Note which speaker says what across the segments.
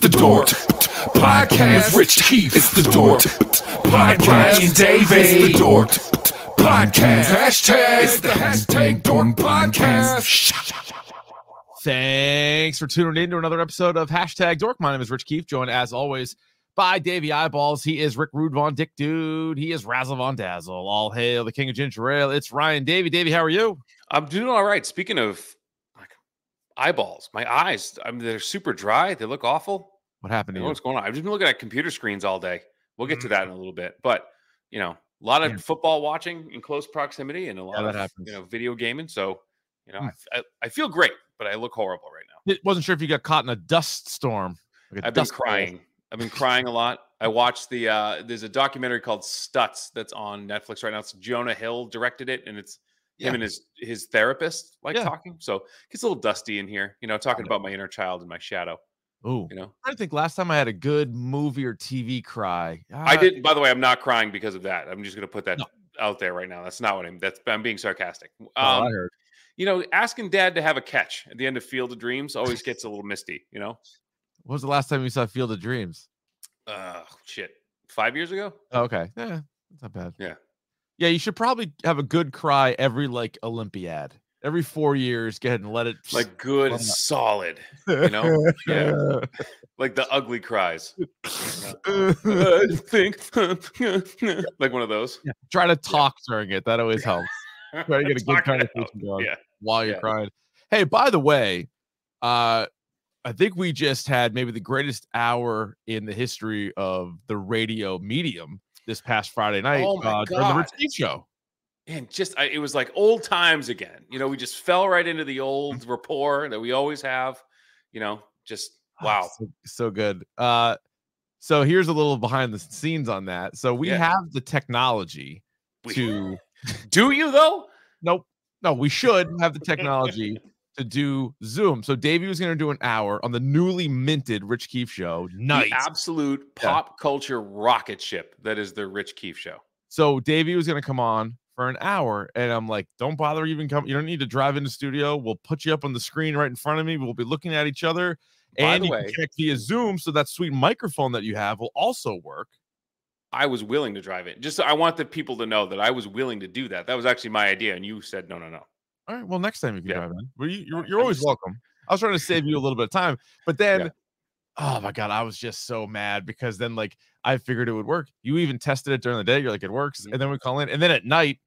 Speaker 1: The Dork Podcast. Rich Keefe. It's the Dork Podcast. Ryan Davis. It's the Dork Podcast. Hashtag. It's the hashtag Dork Podcast.
Speaker 2: Thanks for tuning in to another episode of Hashtag Dork. My name is Rich Keefe, joined as always by Davey Eyeballs. He is Rick Rude Von Dick Dude. He is Razzle Von Dazzle. All hail the king of ginger ale. It's Ryan Davey. Davey, how are you?
Speaker 3: I'm doing all right. Speaking of like, eyeballs, my eyes, I mean, they're super dry. They look awful.
Speaker 2: What happened to
Speaker 3: I don't know
Speaker 2: you?
Speaker 3: what's going on. I've just been looking at computer screens all day. We'll get to that in a little bit. But, you know, a lot of
Speaker 2: Mm-hmm. Yeah.
Speaker 3: football watching in close proximity and a lot
Speaker 2: that
Speaker 3: of,
Speaker 2: happens.
Speaker 3: you know, video gaming. So, you know,
Speaker 2: Hmm.
Speaker 3: I, I, I feel great, but I look horrible right now.
Speaker 2: It wasn't sure if you got caught in a dust storm. Like a
Speaker 3: I've been
Speaker 2: dust bowl.
Speaker 3: crying. I've been crying a lot. I watched the uh there's a documentary called Stutz that's on Netflix right now. It's Jonah Hill directed it and it's him
Speaker 2: Yeah.
Speaker 3: and his his therapist like
Speaker 2: Yeah.
Speaker 3: talking. So it gets a little dusty in here, you know, talking about my inner child and my shadow,
Speaker 2: Ooh.
Speaker 3: you know.
Speaker 2: I think last time I had a good movie or TV cry.
Speaker 3: I
Speaker 2: Ah,
Speaker 3: didn't by the way, I'm not crying because of that. I'm just going to put that
Speaker 2: No.
Speaker 3: out there right now. That's not what I'm that's I'm being sarcastic. Um
Speaker 2: oh, I heard.
Speaker 3: you know, asking dad to have a catch at the end of Field of Dreams always gets a little misty, you know.
Speaker 2: When was the last time you saw Field of Dreams?
Speaker 3: Uh shit. 5 years ago?
Speaker 2: Oh, okay. Yeah, that's not bad.
Speaker 3: Yeah.
Speaker 2: Yeah, you should probably have a good cry every like Olympiad. Every four years, go ahead and let it
Speaker 3: Like good
Speaker 2: Why not?
Speaker 3: solid, you know? Yeah. like the ugly cries. I think like one of those.
Speaker 2: Try to talk during it. That always helps. Try to get a good
Speaker 3: Talk it out.
Speaker 2: conversation going
Speaker 3: Yeah.
Speaker 2: while you're
Speaker 3: Yeah.
Speaker 2: crying. Hey, by the way, uh, I think we just had maybe the greatest hour in the history of the radio medium this past Friday night
Speaker 3: Oh my
Speaker 2: uh, during the Rich
Speaker 3: God.
Speaker 2: Eat Show.
Speaker 3: And just I, it was like old times again. You know, we just fell right into the old
Speaker 2: Mm-hmm.
Speaker 3: rapport that we always have. You know, just
Speaker 2: Oh,
Speaker 3: wow.
Speaker 2: so, so good uh so here's a little behind the scenes on that so we
Speaker 3: Yeah.
Speaker 2: have the technology
Speaker 3: We-
Speaker 2: to
Speaker 3: Do you though?
Speaker 2: nope no we should have the technology to do zoom so davey was going to do an hour on the newly minted rich keefe show night
Speaker 3: The absolute
Speaker 2: Yeah.
Speaker 3: pop culture rocket ship that is the Rich Keefe show.
Speaker 2: so davey was going to come on for an hour and i'm like don't bother even come you don't need to drive into studio we'll put you up on the screen right in front of me we'll be looking at each other
Speaker 3: By
Speaker 2: and
Speaker 3: the
Speaker 2: you can
Speaker 3: way-
Speaker 2: connect via zoom so that sweet microphone that you have will also work
Speaker 3: I was willing to drive it. Just I want the people to know that I was willing to do that. That was actually my idea, and you said no, no, no.
Speaker 2: All right. Well, next time if you
Speaker 3: Yeah.
Speaker 2: drive in, well, you, you're,
Speaker 3: I-
Speaker 2: you're
Speaker 3: I
Speaker 2: always
Speaker 3: just-
Speaker 2: welcome. I was trying to save you a little bit of time, but then,
Speaker 3: Yeah.
Speaker 2: oh my god, I was just so mad because then like I figured it would work. You even tested it during the day. You're like, it works,
Speaker 3: Mhm.
Speaker 2: and then we call in, and then at night,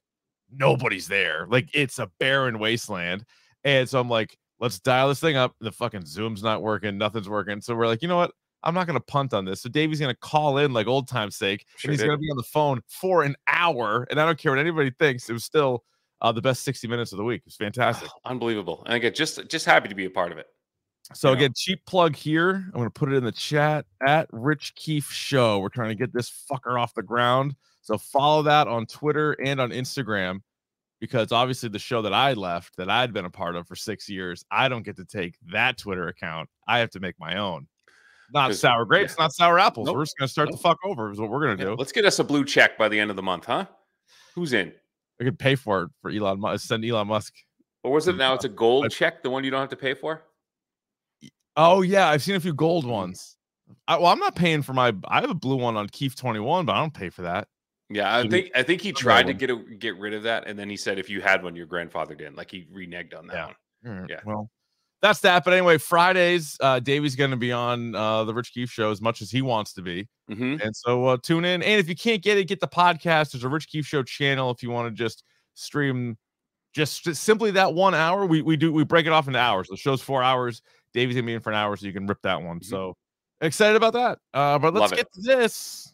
Speaker 2: nobody's there. Like it's a barren wasteland, and so I'm like, let's dial this thing up. The fucking Zoom's not working. Nothing's working. So we're like, you know what? I'm not gonna punt on this. So Davey's gonna call in like old time's sake,
Speaker 3: Sure
Speaker 2: and he's
Speaker 3: did.
Speaker 2: gonna be on the phone for an hour. And I don't care what anybody thinks. It was still uh, the best 60 minutes of the week. It was fantastic.
Speaker 3: Oh, Unbelievable. And again, just just happy to be a part of it.
Speaker 2: So
Speaker 3: Yeah.
Speaker 2: again, cheap plug here. I'm gonna put it in the chat at Rich Keefe Show. We're trying to get this fucker off the ground. So follow that on Twitter and on Instagram, because obviously the show that I left, that I'd been a part of for six years, I don't get to take that Twitter account. I have to make my own. Not
Speaker 3: 'Cause-
Speaker 2: sour grapes,
Speaker 3: yeah.
Speaker 2: not sour apples.
Speaker 3: Nope.
Speaker 2: We're just gonna start
Speaker 3: Nope.
Speaker 2: the fuck over. Is what we're gonna do.
Speaker 3: Yeah, let's get us a blue check by the end of the month, huh? Who's in?
Speaker 2: I could pay for it for Elon Musk. Send Elon Musk.
Speaker 3: Or was
Speaker 2: Mm,
Speaker 3: it now? It's a gold
Speaker 2: I-
Speaker 3: check, the one you don't have to pay for.
Speaker 2: Oh yeah, I've seen a few
Speaker 3: Mm-hmm.
Speaker 2: gold ones. I, well, I'm not paying for my. I have a blue one on Keefe 21, but I don't pay for that.
Speaker 3: Yeah, I
Speaker 2: Mhm.
Speaker 3: think I think he
Speaker 2: got
Speaker 3: tried to
Speaker 2: one.
Speaker 3: get a, get rid of that, and then he said if you had one, your grandfather didn't. Like he reneged on that
Speaker 2: Yeah.
Speaker 3: one.
Speaker 2: All right,
Speaker 3: Yeah.
Speaker 2: Mm, Well, that's that. But anyway, Fridays, uh, Davey's going to be on uh, the Rich Keefe show as much as he wants to be.
Speaker 3: Mm-hmm.
Speaker 2: And so uh, tune in. And if you can't get it, get the podcast. There's a Rich Keefe show channel if you want to just stream just, just simply that one hour. We we do we break it off into hours. The show's four hours. Davey's gonna be in for an hour, so you can rip that one.
Speaker 3: Mhm.
Speaker 2: So excited about that. Uh, but let's
Speaker 3: Love it.
Speaker 2: get to this.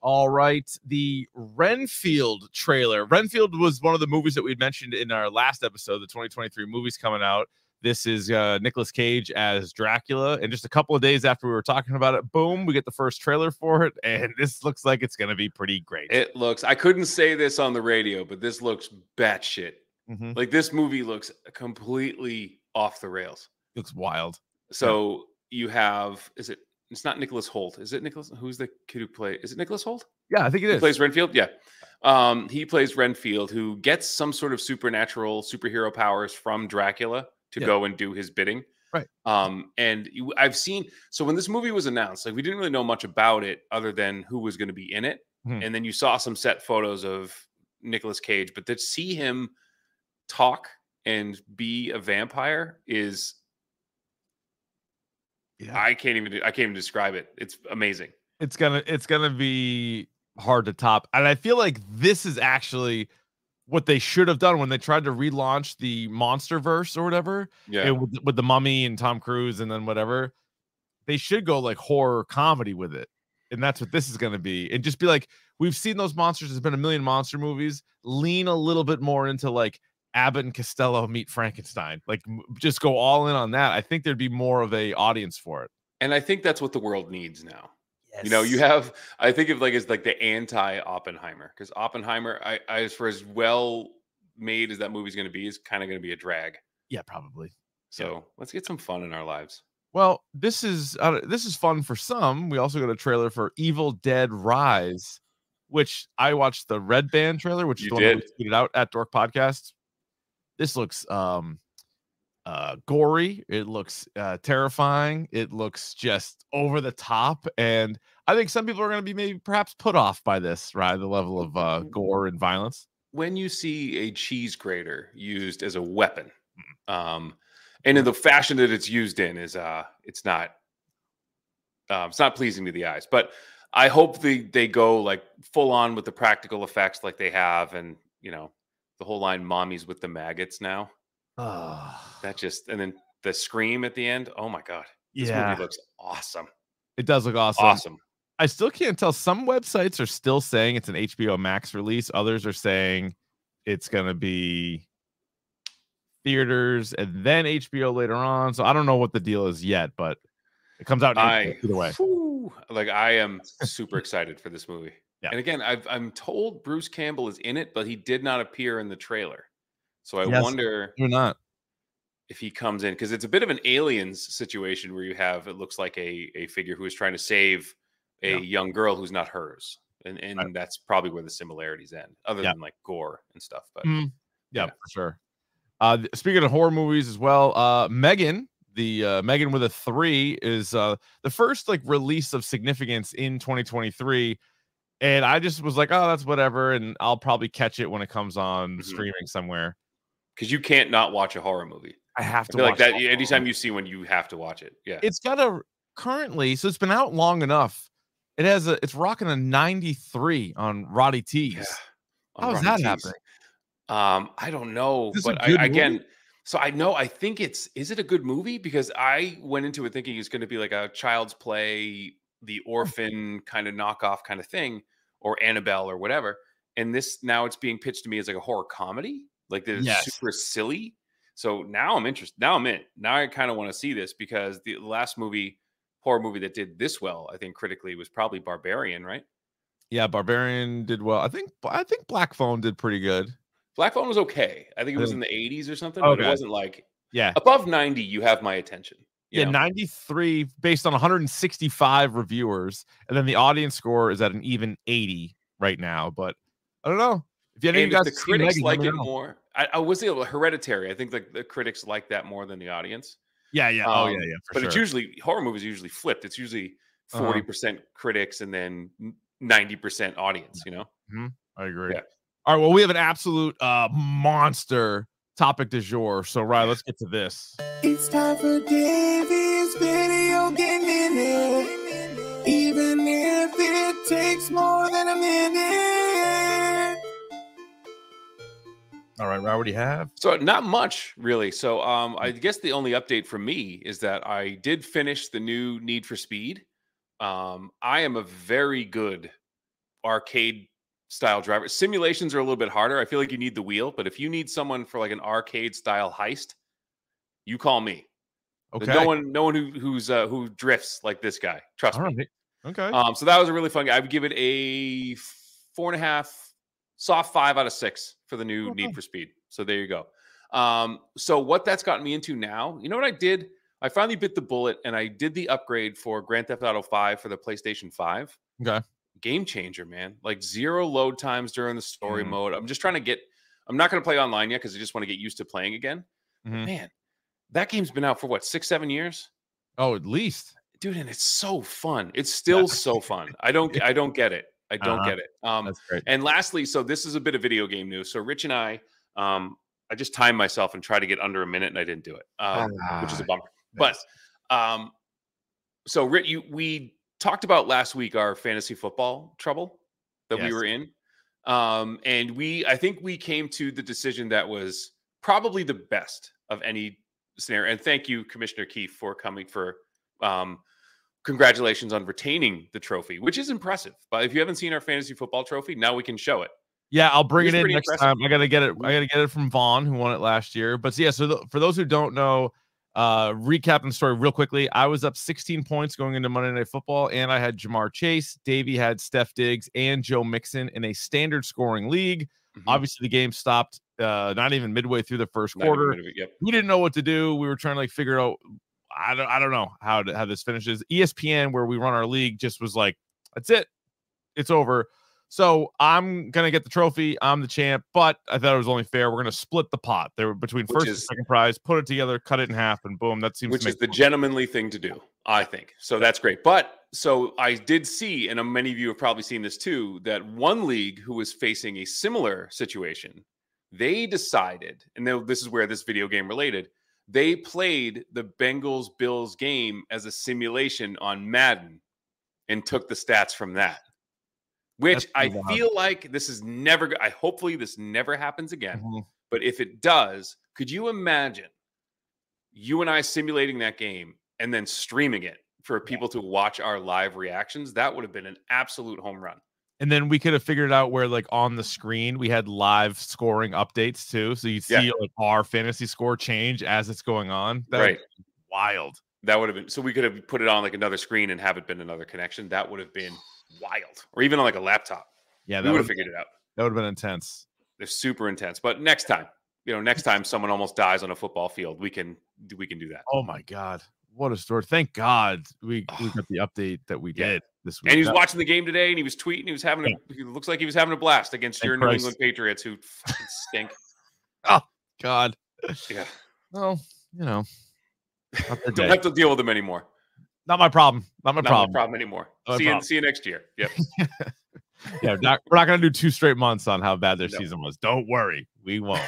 Speaker 2: All right, the Renfield trailer. Renfield was one of the movies that we'd mentioned in our last episode, the 2023 movies coming out. This is uh, Nicolas Cage as Dracula. And just a couple of days after we were talking about it, boom, we get the first trailer for it. And this looks like it's going to be pretty great.
Speaker 3: It looks. I couldn't say this on the radio, but this looks batshit.
Speaker 2: Mhm.
Speaker 3: Like this movie looks completely off the rails.
Speaker 2: looks wild.
Speaker 3: So you have is it? It's not Nicholas Holt. Is it Nicholas? Who's the kid who play? Is it Nicholas Holt?
Speaker 2: Yeah, I think it
Speaker 3: He
Speaker 2: is.
Speaker 3: plays Renfield. Yeah. Um, he plays Renfield, who gets some sort of supernatural superhero powers from Dracula to
Speaker 2: Yeah.
Speaker 3: go and do his bidding.
Speaker 2: Right.
Speaker 3: Um, and you- I've seen so when this movie was announced, like we didn't really know much about it other than who was going to be in it,
Speaker 2: Mhm.
Speaker 3: and then you saw some set photos of Nicolas Cage, but to see him talk and be a vampire is
Speaker 2: Yeah.
Speaker 3: I can't even I can't even describe it. It's amazing.
Speaker 2: it's gonna it's gonna be hard to top and i feel like this is actually what they should have done when they tried to relaunch the monster verse or whatever
Speaker 3: Yeah.
Speaker 2: and with, with the mummy and tom cruise and then whatever they should go like horror comedy with it and that's what this is gonna be and just be like we've seen those monsters there's been a million monster movies lean a little bit more into like abbott and costello meet frankenstein like m- just go all in on that i think there'd be more of a audience for it
Speaker 3: and I think that's what the world needs now. You know, you have I think of like as like the anti Oppenheimer because Oppenheimer, I, I as for as well made as that movie's going to be, is kind of going to be a drag.
Speaker 2: yeah probably
Speaker 3: So let's get some fun in our lives.
Speaker 2: Well, this is uh, this is fun for some. We also got a trailer for Evil Dead Rise, which I watched the Red Band trailer, which
Speaker 3: You
Speaker 2: is the one that we tweeted out at Dork Podcast. This looks um uh gory, it looks uh terrifying, it looks just over the top and I think some people are going to be maybe perhaps put off by this, right? The level of uh gore and violence.
Speaker 3: When you see a cheese grater used as a weapon, um, and in the fashion that it's used in is uh, it's not, um, it's not pleasing to the eyes. But I hope they they go like full on with the practical effects like they have, and you know the whole line "mommies with the maggots" now. That just and then the scream at the end. Oh my god. This
Speaker 2: yeah,
Speaker 3: movie looks awesome.
Speaker 2: it does look awesome.
Speaker 3: Awesome.
Speaker 2: I still can't tell. Some websites are still saying it's an HBO Max release. Others are saying it's going to be theaters and then HBO later on. So I don't know what the deal is yet, but it comes out in April
Speaker 3: I
Speaker 2: either way.
Speaker 3: Phew. like I am super excited for this movie.
Speaker 2: Yeah.
Speaker 3: And again, I've, I'm told Bruce Campbell is in it, but he did not appear in the trailer. So I
Speaker 2: Yes.
Speaker 3: wonder
Speaker 2: You're not.
Speaker 3: if he comes in because it's a bit of an aliens situation where you have it looks like a a figure who is trying to save a
Speaker 2: Yeah.
Speaker 3: young girl who's not hers. And and
Speaker 2: Right.
Speaker 3: that's probably where the similarities end, other
Speaker 2: Yeah.
Speaker 3: than like gore and stuff. But
Speaker 2: Mm. Yeah,
Speaker 3: Yeah.
Speaker 2: for sure. Uh, th- speaking of horror movies as well, uh, Megan, the uh, Megan with a three is uh, the first like release of significance in 2023, and I just was like, oh, that's whatever, and I'll probably catch it when it comes on
Speaker 3: Mhm.
Speaker 2: streaming somewhere.
Speaker 3: because you can't not watch a horror movie.
Speaker 2: I have
Speaker 3: I
Speaker 2: to
Speaker 3: feel like
Speaker 2: watch
Speaker 3: that
Speaker 2: all of them.
Speaker 3: anytime you see one, you have to watch it. Yeah.
Speaker 2: It's got a currently, so it's been out long enough. It has a, it's rocking a 93 on Roddy T's.
Speaker 3: Yeah.
Speaker 2: How
Speaker 3: on
Speaker 2: is
Speaker 3: Rotten
Speaker 2: that
Speaker 3: Tees.
Speaker 2: happening?
Speaker 3: Um, I don't know,
Speaker 2: Is this a
Speaker 3: but I,
Speaker 2: good movie?
Speaker 3: again, So I know I think it's is it a good movie because I went into it thinking it's going to be like a child's play,
Speaker 2: Mm.
Speaker 3: the orphan kind of knockoff kind of thing or Annabelle or whatever. And this now it's being pitched to me as like a horror comedy, like this
Speaker 2: Yes.
Speaker 3: super silly. So now I'm interested. Now I'm in. Now I kind of want to see this because the last movie, horror movie that did this well, I think critically was probably Barbarian, right?
Speaker 2: Yeah, Barbarian did well. I think I think Black Phone did pretty good.
Speaker 3: Black Phone was okay. I think it
Speaker 2: I
Speaker 3: was in
Speaker 2: think-
Speaker 3: the 80s or something, but it
Speaker 2: Okay.
Speaker 3: wasn't like
Speaker 2: Yeah.
Speaker 3: above 90 you have my attention you
Speaker 2: Yeah,
Speaker 3: know?
Speaker 2: 93 based on 165 reviewers, and then the audience score is at an even 80 right now. But I don't know if any of
Speaker 3: and
Speaker 2: you guys
Speaker 3: if
Speaker 2: have
Speaker 3: the
Speaker 2: seen
Speaker 3: critics
Speaker 2: Megan, let
Speaker 3: like
Speaker 2: me
Speaker 3: it
Speaker 2: know.
Speaker 3: more i, I was able hereditary i think the, the critics like that more than the audience
Speaker 2: Yeah, yeah, oh yeah,
Speaker 3: um,
Speaker 2: yeah. For
Speaker 3: but
Speaker 2: sure.
Speaker 3: it's usually horror movies are usually flipped it's usually
Speaker 2: Uh-huh.
Speaker 3: 40% percent critics and then 90% audience you know
Speaker 2: I agree.
Speaker 3: Yeah.
Speaker 2: All right. Well, we have an absolute uh monster topic du jour. So, Ryan, let's get to this.
Speaker 4: It's time for Davey's video game minute. Even if it takes more than a minute.
Speaker 2: All right, Ryan, what do you have?
Speaker 3: So not much really. So um, I guess the only update for me is that I did finish the new Need for Speed. Um, I am a very good arcade style driver. Simulations are a little bit harder. I feel like you need the wheel, but if you need someone for like an arcade style heist, you call me.
Speaker 2: Okay.
Speaker 3: There's No one, no one who who's uh, who drifts like this guy. Trust
Speaker 2: All
Speaker 3: me.
Speaker 2: right. Okay.
Speaker 3: Um, so that was a really fun. game. I would give it a four and a half, soft five out of six for the new Need for Speed. So there you go. Um, so what that's gotten me into now, you know what I did? I finally bit the bullet and I did the upgrade for Grand Theft Auto 5 for the PlayStation 5.
Speaker 2: Okay.
Speaker 3: Game changer, man. Like zero load times during the story
Speaker 2: Mhm.
Speaker 3: mode. I'm just trying to get, I'm not going to play online yet because I just want to get used to playing again. But
Speaker 2: Mhm.
Speaker 3: Man, that game's been out for what, six, seven years?
Speaker 2: oh, at least.
Speaker 3: dude and it's so fun it's still so fun i don't i don't get it i don't
Speaker 2: Uh-huh.
Speaker 3: get it um
Speaker 2: That's great.
Speaker 3: and lastly so this is a bit of video game news so rich and i um i just timed myself and tried to get under a minute and i didn't do it um, which is a
Speaker 2: Ah,
Speaker 3: bummer but um so Rit, you we talked about last week our fantasy football trouble that we
Speaker 2: Yes.
Speaker 3: were in um and we i think we came to the decision that was probably the best of any scenario and thank you commissioner keefe for coming for um congratulations on retaining the trophy which is impressive but if you haven't seen our fantasy football trophy now we can show it
Speaker 2: Yeah, I'll bring
Speaker 3: He's
Speaker 2: it in
Speaker 3: pretty
Speaker 2: next
Speaker 3: impressive.
Speaker 2: time. I gotta get it. I gotta get it from Vaughn, who won it last year. But yeah, so th- for those who don't know, uh, recapping the story real quickly. I was up 16 points going into Monday Night Football, and I had Jamar Chase, Davey had Steph Diggs, and Joe Mixon in a standard scoring league.
Speaker 3: Mhm.
Speaker 2: Obviously, the game stopped uh, not even midway through the first
Speaker 3: Not even
Speaker 2: quarter
Speaker 3: gonna be- yep
Speaker 2: we didn't know what to do. We were trying to like figure out. I don't. I don't know how to, how this finishes. E ESPN, where we run our league, just was like, "That's it, it's over." So I'm gonna get the trophy. I'm the champ. But I thought it was only fair. We're gonna split the pot. There were between
Speaker 3: Which
Speaker 2: first
Speaker 3: is-
Speaker 2: and second prize. Put it together, cut it in half, and boom. That seems
Speaker 3: which
Speaker 2: to
Speaker 3: is
Speaker 2: make
Speaker 3: the
Speaker 2: more-
Speaker 3: gentlemanly thing to do, I think. So that's great. But so I did see, and uh, many of you have probably seen this too, that one league who was facing a similar situation, they decided, and now this is where this video game related, they played the Bengals Bills game as a simulation on Madden and took the stats from that. Which
Speaker 2: That's
Speaker 3: I
Speaker 2: pretty wild.
Speaker 3: feel like this is never. go- I hopefully this never happens again.
Speaker 2: Mhm.
Speaker 3: But if it does, could you imagine you and I simulating that game and then streaming it for people to watch our live reactions? That would have been an absolute home run.
Speaker 2: And then we could have figured out where like on the screen we had live scoring updates too, so you see
Speaker 3: Yeah.
Speaker 2: like our fantasy score change as it's going on. That
Speaker 3: right.
Speaker 2: Wild.
Speaker 3: That would have been so we could have put it on like another screen and have it been another connection. That would have been wild. Or even on like a laptop.
Speaker 2: Yeah.
Speaker 3: we
Speaker 2: That
Speaker 3: would
Speaker 2: would
Speaker 3: have figured it out.
Speaker 2: that would have been intense.
Speaker 3: They're super intense. But next time, you know, next time someone almost dies on a football field, we can we can do that.
Speaker 2: Oh my god, what a story! Thank God we we got the update that we
Speaker 3: Yeah.
Speaker 2: did this week.
Speaker 3: And he was
Speaker 2: That-
Speaker 3: watching the game today, and he was tweeting. He was having. A, He looks like he was having a blast against
Speaker 2: Thank
Speaker 3: your New
Speaker 2: Christ.
Speaker 3: England Patriots, who fucking stink.
Speaker 2: God,
Speaker 3: Yeah,
Speaker 2: well, you know, not, their
Speaker 3: don't
Speaker 2: day.
Speaker 3: have to deal with them anymore.
Speaker 2: Not my problem. Not my
Speaker 3: Not
Speaker 2: problem.
Speaker 3: my problem anymore.
Speaker 2: Not my
Speaker 3: see you.
Speaker 2: problem.
Speaker 3: See you next year. Yep.
Speaker 2: Yeah, we're not, we're not gonna do two straight months on how bad their
Speaker 3: No.
Speaker 2: season was. Don't worry, we won't.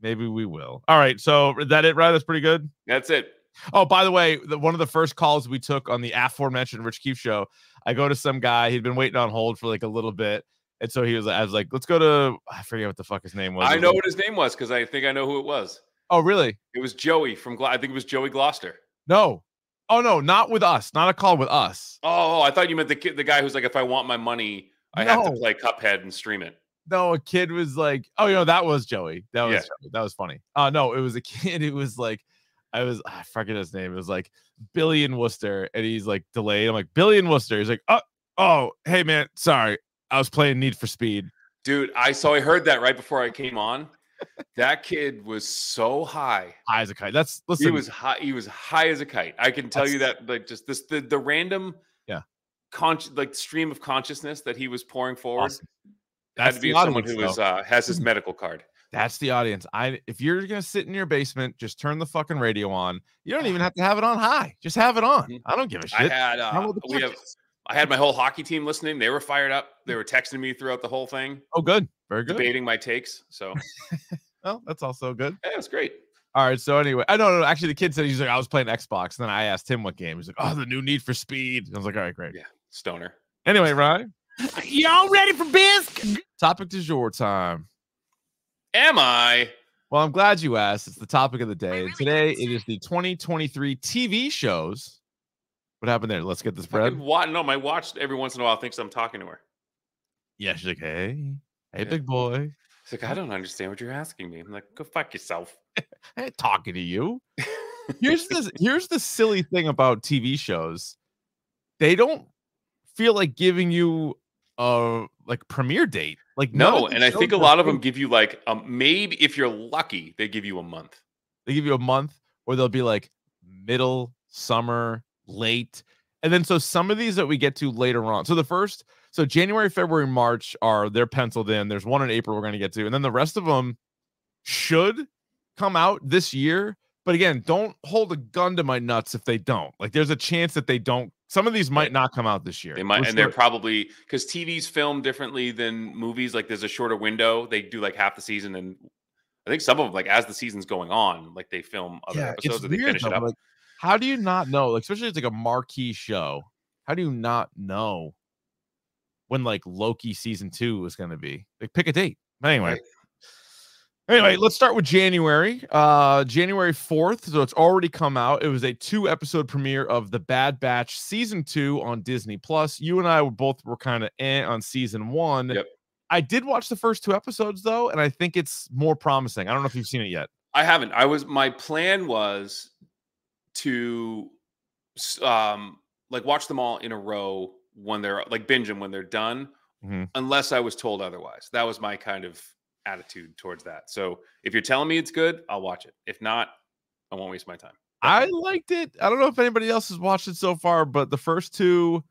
Speaker 2: Maybe we will. All right, so is that it, right? That's pretty good.
Speaker 3: That's it.
Speaker 2: Oh, by the way, the, one of the first calls we took on the aforementioned Rich Keefe show, I go to some guy. He'd been waiting on hold for like a little bit, And so he was, I was like, let's go to, I forget what the fuck his name was.
Speaker 3: I
Speaker 2: It was
Speaker 3: know
Speaker 2: like-
Speaker 3: what his name was because I think I know who it was.
Speaker 2: Oh, really?
Speaker 3: It was Joey from. Glo- I think it was Joey Gloucester.
Speaker 2: No. Oh, no, not with us. Not a call with us.
Speaker 3: Oh, I thought you meant the kid, the guy who's like, if I want my money, I have to
Speaker 2: No.
Speaker 3: play Cuphead and stream it.
Speaker 2: No, a kid was like, oh, you know, that was Joey. That was,
Speaker 3: Yeah.
Speaker 2: Joey. that was funny. Uh, no, it was a kid who was like, I was, ah, I forget his name. It was like Billy in Worcester. And he's like delayed. I'm like, Billy in Worcester. He's like, oh, oh, hey, man, sorry. I was playing Need for Speed.
Speaker 3: Dude, I so I heard that right before I came on. that kid was so high.
Speaker 2: Isaac. Hyde. That's, listen,
Speaker 3: He was high. He was high as a kite. I can tell you that. Like just this, the the random,
Speaker 2: Yeah.
Speaker 3: conscious like stream of consciousness that he was pouring forward
Speaker 2: Awesome.
Speaker 3: had
Speaker 2: That's
Speaker 3: to be
Speaker 2: the
Speaker 3: someone
Speaker 2: audience,
Speaker 3: who
Speaker 2: though. Hmm.
Speaker 3: is uh, has his medical card.
Speaker 2: That's the audience. I if you're gonna sit in your basement, just turn the fucking radio on. You don't even have to have it on high. Just have it on.
Speaker 3: Mhm.
Speaker 2: I don't give a shit.
Speaker 3: Ah. I had
Speaker 2: How
Speaker 3: uh,
Speaker 2: about the
Speaker 3: we have
Speaker 2: podcast?
Speaker 3: I had my whole hockey team listening. They were fired up. They were texting me throughout the whole thing,
Speaker 2: oh, good. Very good.
Speaker 3: debating my takes. So
Speaker 2: Well, that's also good.
Speaker 3: yeah, it was great.
Speaker 2: All right. So anyway, I don't know. Actually, the kid said he's like, I was playing Xbox. And then I asked him what game. He's like, Oh, the new Need for Speed. I was like, All right, great.
Speaker 3: Yeah. Stoner.
Speaker 2: Anyway, Ryan. Y'all ready for bisque? Topic du jour time.
Speaker 3: Am I?
Speaker 2: Well, I'm glad you asked. It's the topic of the day. And today it is the 2023 TV shows. What happened there? Let's get this bread.
Speaker 3: Fucking wa- no, my watch every once in a while thinks I'm talking to her.
Speaker 2: Yeah, she's like, hey, hey,
Speaker 3: Yeah.
Speaker 2: big boy,
Speaker 3: It's like, I don't understand what you're asking me. I'm like, go fuck yourself.
Speaker 2: I ain't talking to you. Here's the here's the silly thing about TV shows, they don't feel like giving you a like premiere date. Like none
Speaker 3: No,
Speaker 2: of these
Speaker 3: and I think a
Speaker 2: shows are
Speaker 3: lot of them
Speaker 2: free.
Speaker 3: give you like um maybe if you're lucky, they give you a month.
Speaker 2: they give you a month, or they'll be like middle, summer, late, and then so some of these that we get to later on. So the first, so January, February, March are they're penciled in. There's one in April we're going to get to, and then the rest of them should come out this year. But again, don't hold a gun to my nuts if they don't. Like, there's a chance that they don't. Some of these might not come out this year.
Speaker 3: They might,
Speaker 2: We're
Speaker 3: and they're
Speaker 2: sure.
Speaker 3: probably because TV's filmed differently than movies. Like there's a shorter window. They do like half the season, and I think some of them, like as the season's going on, like they film other
Speaker 2: yeah,
Speaker 3: episodes
Speaker 2: it's
Speaker 3: and they
Speaker 2: weird.
Speaker 3: finish
Speaker 2: Though,
Speaker 3: it
Speaker 2: but,
Speaker 3: up.
Speaker 2: like, how do you not know? Like, especially it's like a marquee show. How do you not know when like Loki season two is going to be? Like, pick a date. But anyway.
Speaker 3: Right.
Speaker 2: Anyway, let's start with January. Uh January 4th, so it's already come out. It was a two episode premiere of The Bad Batch season 2 on Disney Plus. You and I were both were kind of eh on season 1.
Speaker 3: Yep.
Speaker 2: I did watch the first two episodes though, and I think it's more promising. I don't know if you've seen it yet.
Speaker 3: I haven't. I was my plan was to s- um like watch them all in a row when they're like binge them when they're done,
Speaker 2: Mhm.
Speaker 3: unless I was told otherwise. That was my kind of attitude towards that. So if you're telling me it's good, I'll watch it. If not, I won't waste my time.
Speaker 2: I liked it. I don't know if anybody else has watched it so far, but the first two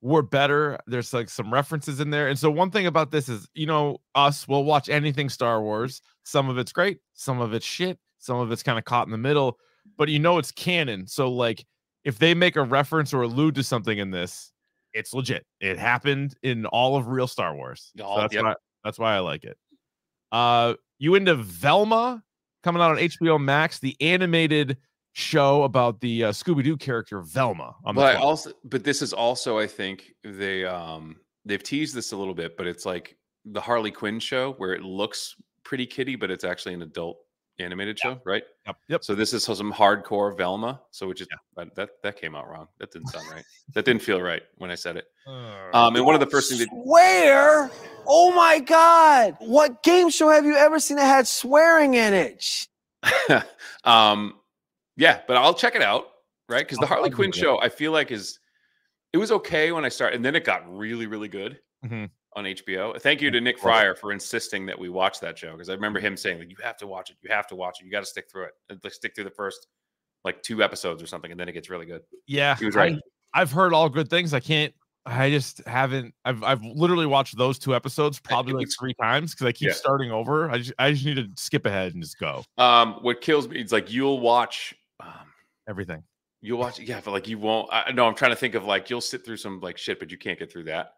Speaker 2: were better. There's like some references in there. And so one thing about this is, you know, us will watch anything Star Wars. Some of it's great, some of it's shit, some of it's kind of caught in the middle, but you know it's canon. So like if they make a reference or allude to something in this, it's legit. It happened in all of real Star Wars. So
Speaker 3: All-
Speaker 2: that's
Speaker 3: yep.
Speaker 2: why that's why I like it. Uh you into Velma coming out on HBO Max, the animated show about the uh, Scooby Doo character Velma. On the
Speaker 3: but I
Speaker 2: clock.
Speaker 3: also, but this is also, I think they um they've teased this a little bit, but it's like the Harley Quinn show where it looks pretty kitty, but it's actually an adult animated show, right?
Speaker 2: yep, yep.
Speaker 3: So this is some hardcore Velma. So which is but that that came out wrong. That didn't sound right. that didn't feel right when I said it. Um, and one of the first things that
Speaker 4: Swear? Oh my God. What game show have you ever seen that had swearing in it? Sh-
Speaker 3: um yeah but i'll check it out right because the
Speaker 2: I'll- I'll
Speaker 3: harley
Speaker 2: give
Speaker 3: quinn
Speaker 2: it a-
Speaker 3: show i feel like is it was okay when i started and then it got really really good
Speaker 2: Mhm.
Speaker 3: on hbo thank you to nick fryer for insisting that we watch that show because i remember him saying like you have to watch it you have to watch it you got to stick through it And, like stick through the first like two episodes or something and then it gets really good
Speaker 2: yeah,
Speaker 3: he was right
Speaker 2: I, have heard all good things. I can't. I just haven't. I've I've literally watched those two episodes probably like
Speaker 3: it's-
Speaker 2: three times because I keep
Speaker 3: Yeah.
Speaker 2: starting over. I just I just need to skip ahead and just go
Speaker 3: um what kills me is like you'll watch um
Speaker 2: everything.
Speaker 3: You'll watch, yeah, but like you won't. I, no, I'm trying to think of like you'll sit through some like shit, but you can't get through that.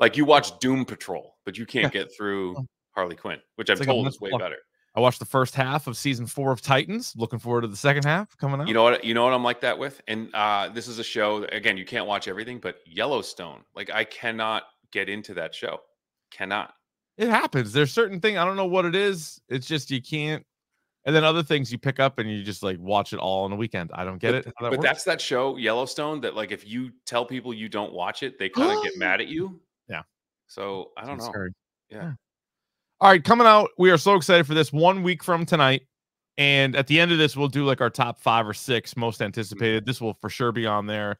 Speaker 3: Like you watch Doom Patrol, but you can't get through Harley Quinn, which I'm
Speaker 2: It's like a
Speaker 3: told is
Speaker 2: must
Speaker 3: way
Speaker 2: watch.
Speaker 3: better.
Speaker 2: I watched the first half of season four of Titans. Looking forward to the second half coming out.
Speaker 3: You know what? You know what I'm like that with. And uh, this is a show that, again. You can't watch everything, but Yellowstone. Like I cannot get into that show. cannot.
Speaker 2: It happens. There's certain thing I don't know what it is. It's just you can't. And then other things you pick up and you just like watch it all on the weekend. I don't get it. how that
Speaker 3: but
Speaker 2: works.
Speaker 3: that's that show Yellowstone that like if you tell people you don't watch it, they kind of get mad at you.
Speaker 2: Yeah.
Speaker 3: So I don't
Speaker 2: It's
Speaker 3: know.
Speaker 2: scary.
Speaker 3: Yeah.
Speaker 2: All right, coming out. We are so excited for this one week from tonight. And at the end of this, we'll do like our top five or six most
Speaker 3: Mm-hmm.
Speaker 2: anticipated. This will for sure be on there.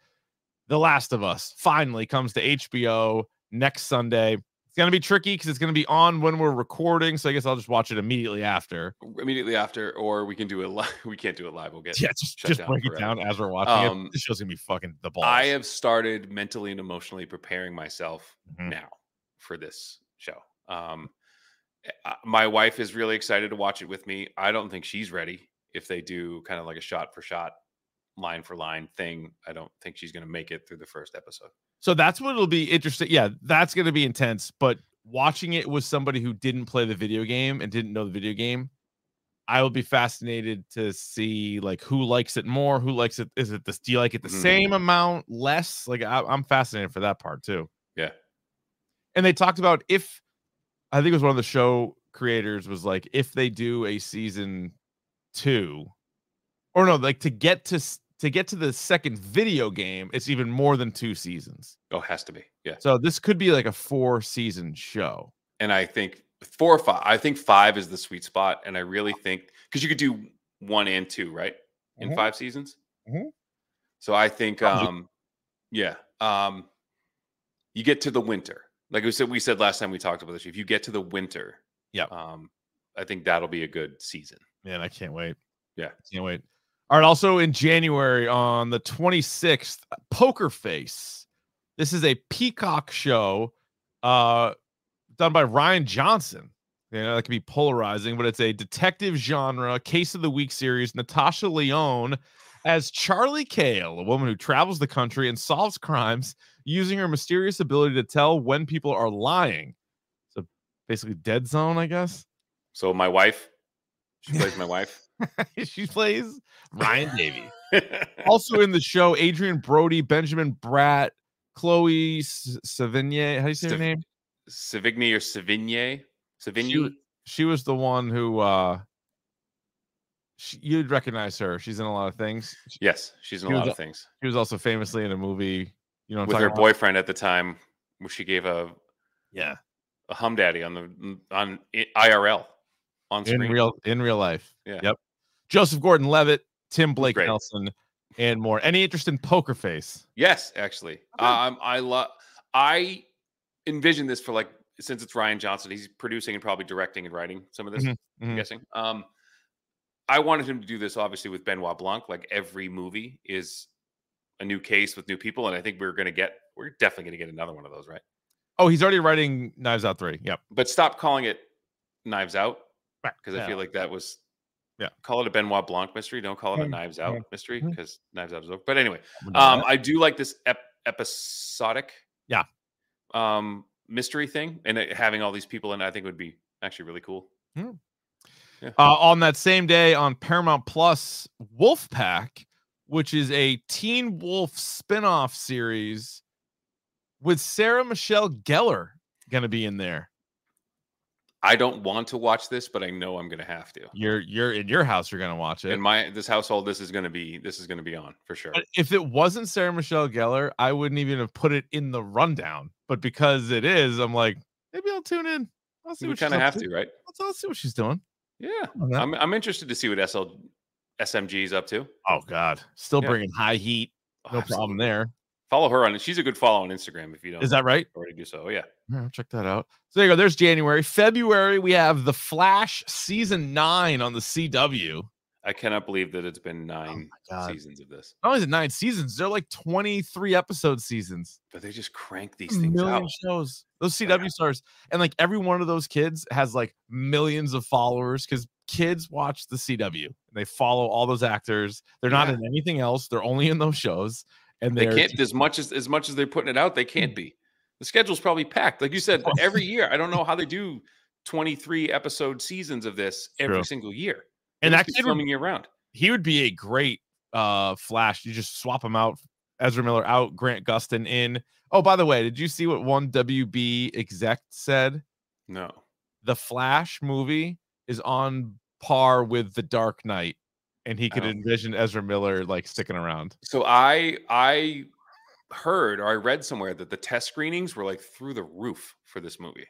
Speaker 2: The Last of Us finally comes to HBO next Sunday. It's going to be tricky because it's going to be on when we're recording. So I guess I'll just watch it immediately after.
Speaker 3: Immediately after, or we can do it live. We can't do it live. We'll get.
Speaker 2: Yeah, just,
Speaker 3: shut
Speaker 2: just
Speaker 3: down
Speaker 2: break it
Speaker 3: forever.
Speaker 2: down as we're watching
Speaker 3: Um,
Speaker 2: it. This show's going to be fucking the ball.
Speaker 3: I have started mentally and emotionally preparing myself
Speaker 2: Mhm.
Speaker 3: now for this show. Um, uh, my wife is really excited to watch it with me. I don't think she's ready if they do kind of like a shot for shot, line for line thing. I don't think she's going to make it through the first episode.
Speaker 2: So that's what it'll be interesting. Yeah, that's going to be intense. But watching it with somebody who didn't play the video game and didn't know the video game, I will be fascinated to see like who likes it more, who likes it. Is it this? Do you like it
Speaker 3: Mm-hmm.
Speaker 2: the same amount, less? Like I, I'm fascinated for that part too.
Speaker 3: Yeah.
Speaker 2: And they talked about if I think it was one of the show creators was like if they do a season two, or no, like to get to s- to get to the second video game, it's even more than two seasons.
Speaker 3: Oh, has to be. Yeah.
Speaker 2: So this could be like a four season show.
Speaker 3: And I think four or five, I think five is the sweet spot. And I really think because you could do one and two, right? In
Speaker 2: Mhm.
Speaker 3: five seasons.
Speaker 2: Mhm.
Speaker 3: So I think,
Speaker 2: Probably.
Speaker 3: um, yeah, um, you get to the winter. Like we said, we said last time we talked about this. If you get to the winter,
Speaker 2: Yep.
Speaker 3: um, I think that'll be a good season.
Speaker 2: Man, I can't wait.
Speaker 3: Yeah.
Speaker 2: Can't wait. All right. Also in January on the 26th, Poker Face. This is a peacock show uh done by Ryan Johnson. You know, that could be polarizing, but it's a detective genre case of the week series. Natasha Leone as Charlie Kale, a woman who travels the country and solves crimes using her mysterious ability to tell when people are lying. So basically, dead zone, I guess.
Speaker 3: So my wife, she plays my wife.
Speaker 2: she plays Ryan Davey. also in the show, Adrian Brody, Benjamin Bratt, Chloe S- Sevigny. How do you say her
Speaker 3: Sev-
Speaker 2: name?
Speaker 3: Savigny or Savigne? Savigny?
Speaker 2: She, she was the one who uh she, you'd recognize her. She's in a lot of things. She,
Speaker 3: yes, she's in
Speaker 2: She
Speaker 3: a
Speaker 2: was
Speaker 3: lot
Speaker 2: a-
Speaker 3: of things.
Speaker 2: she was also famously in a movie, you know, what I'm
Speaker 3: with
Speaker 2: talking
Speaker 3: her
Speaker 2: about?
Speaker 3: boyfriend at the time, where she gave a
Speaker 2: Yeah.
Speaker 3: a hum daddy on the on i- IRL on
Speaker 2: in
Speaker 3: screen.
Speaker 2: real in real life.
Speaker 3: Yeah.
Speaker 2: Yep. Joseph Gordon Levitt, Tim Blake
Speaker 3: Great.
Speaker 2: Nelson, and more. Any interest in poker face?
Speaker 3: Yes, actually, um, I love. I envision this for like since it's Ryan Johnson, he's producing and probably directing and writing some of this. I'm
Speaker 2: Mhm.
Speaker 3: guessing. Um, I wanted him to do this obviously with Benoit Blanc. Like every movie is a new case with new people, and I think we're gonna get we're definitely gonna get another one of those, right?
Speaker 2: Oh, he's already writing Knives Out 3. Yep.
Speaker 3: but stop calling it Knives Out
Speaker 2: Right,
Speaker 3: because I
Speaker 2: yeah.
Speaker 3: feel like that was
Speaker 2: Yeah.
Speaker 3: Call it a Benoit Blanc mystery. Don't call it a
Speaker 2: Mm,
Speaker 3: Knives Out
Speaker 2: yeah.
Speaker 3: mystery
Speaker 2: Mhm.
Speaker 3: because Knives Out is over. But anyway, um, I do like this ep- episodic,
Speaker 2: Yeah.
Speaker 3: um, mystery thing, and it, having all these people in, I think would be actually really cool.
Speaker 2: Uh, on that same day on Paramount Plus, Wolfpack, which is a Teen Wolf spin-off series with Sarah Michelle Gellar going to be in there.
Speaker 3: I don't want to watch this, but I know I'm gonna have to.
Speaker 2: You're you're in your house. You're going to watch it.
Speaker 3: In my this household, this is gonna be this is gonna be on for sure.
Speaker 2: But if it wasn't Sarah Michelle Gellar, I wouldn't even have put it in the rundown. But because it is, I'm like, maybe I'll tune in. I'll see
Speaker 3: we
Speaker 2: what she's
Speaker 3: kind of
Speaker 2: up
Speaker 3: have
Speaker 2: to.
Speaker 3: to, right?
Speaker 2: Let's I'll see what she's doing.
Speaker 3: Yeah,
Speaker 2: Come on now.
Speaker 3: I'm I'm interested to see what SL SMG is up to.
Speaker 2: Oh God, still
Speaker 3: Yeah.
Speaker 2: bringing high heat.
Speaker 3: Oh,
Speaker 2: No problem
Speaker 3: absolutely.
Speaker 2: there.
Speaker 3: Follow her on. She's a good follow on Instagram if you don't.
Speaker 2: Is that right?
Speaker 3: already do so. Yeah.
Speaker 2: All right, check that out. So there you go. There's January. February, we have The Flash season nine on the CW.
Speaker 3: I cannot believe that it's been nine
Speaker 2: Oh God.
Speaker 3: seasons of this.
Speaker 2: Not only is it nine seasons, they're like 23 episode seasons.
Speaker 3: But they just crank these
Speaker 2: A
Speaker 3: things
Speaker 2: million
Speaker 3: out.
Speaker 2: shows. Those CW stars. And like every one of those kids has like millions of followers because kids watch the CW. They follow all those actors. They're not
Speaker 3: Yeah.
Speaker 2: in anything else. They're only in those shows. And
Speaker 3: They
Speaker 2: they're Mm.
Speaker 3: can't as much as as much as they're putting it out, they can't be. The schedule's probably packed. Like you said, every year. I don't know how they do 23 episode seasons of this every
Speaker 2: True.
Speaker 3: single year. They
Speaker 2: and that
Speaker 3: must be
Speaker 2: kid would
Speaker 3: filming year round.
Speaker 2: he would be a great uh flash you just swap him out Ezra Miller out, Grant Gustin in. Oh, by the way, did you see what one WB exec said?
Speaker 3: No.
Speaker 2: The Flash movie is on par with The Dark Knight, and he could
Speaker 3: Oh.
Speaker 2: envision Ezra Miller like sticking around.
Speaker 3: So I I heard or I read somewhere that the test screenings were like through the roof for this movie.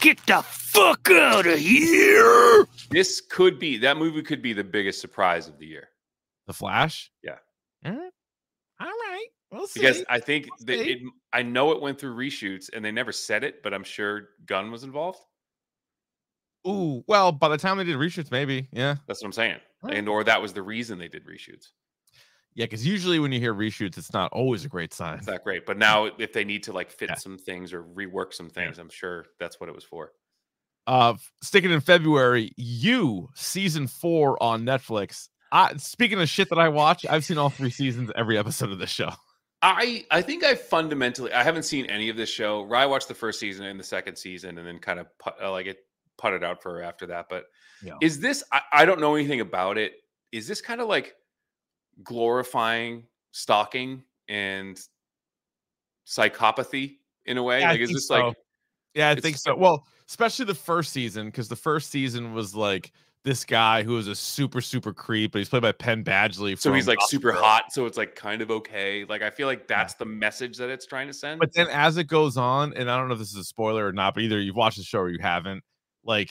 Speaker 5: Get the fuck out of here!
Speaker 3: This could be that movie could be the biggest surprise of the year
Speaker 2: The Flash?
Speaker 3: Yeah.
Speaker 2: Mm. All right. We'll see.
Speaker 3: because I think that
Speaker 2: Okay.
Speaker 3: it, I know it went through reshoots and they never said it, but I'm sure Gunn was involved.
Speaker 2: Ooh, well, by the time they did reshoots, maybe. Yeah.
Speaker 3: That's what I'm saying,
Speaker 2: Right.
Speaker 3: and or that was the reason they did reshoots.
Speaker 2: Yeah, because usually when you hear reshoots, it's not always a great sign.
Speaker 3: It's not great, but now if they need to like fit
Speaker 2: Yeah.
Speaker 3: some things or rework some things, I'm sure that's what it was for.
Speaker 2: Uh f- sticking in February, you season four on Netflix. I speaking of shit that I watch, I've seen all three seasons, every episode of this show.
Speaker 3: I I think I fundamentally I haven't seen any of this show. Rye watched the first season and the second season, and then kind of put, uh, like it putted out for her after that. But
Speaker 2: Yeah.
Speaker 3: is this? I, I don't know anything about it. Is this kind of like glorifying stalking and psychopathy in a way?
Speaker 2: Yeah, I
Speaker 3: like is
Speaker 2: think
Speaker 3: this like
Speaker 2: so. Yeah, I
Speaker 3: It's-
Speaker 2: think so. Well, especially the first season, because the first season was like this guy who was a super, super creep, but he's played by Penn Badgley.
Speaker 3: so he's
Speaker 2: from
Speaker 3: like super
Speaker 2: Gossip Girl.
Speaker 3: hot, so it's like kind of okay. Like I feel like that's the message that it's trying to send.
Speaker 2: But then as it goes on, and I don't know if this is a spoiler or not, but either you've watched the show or you haven't, like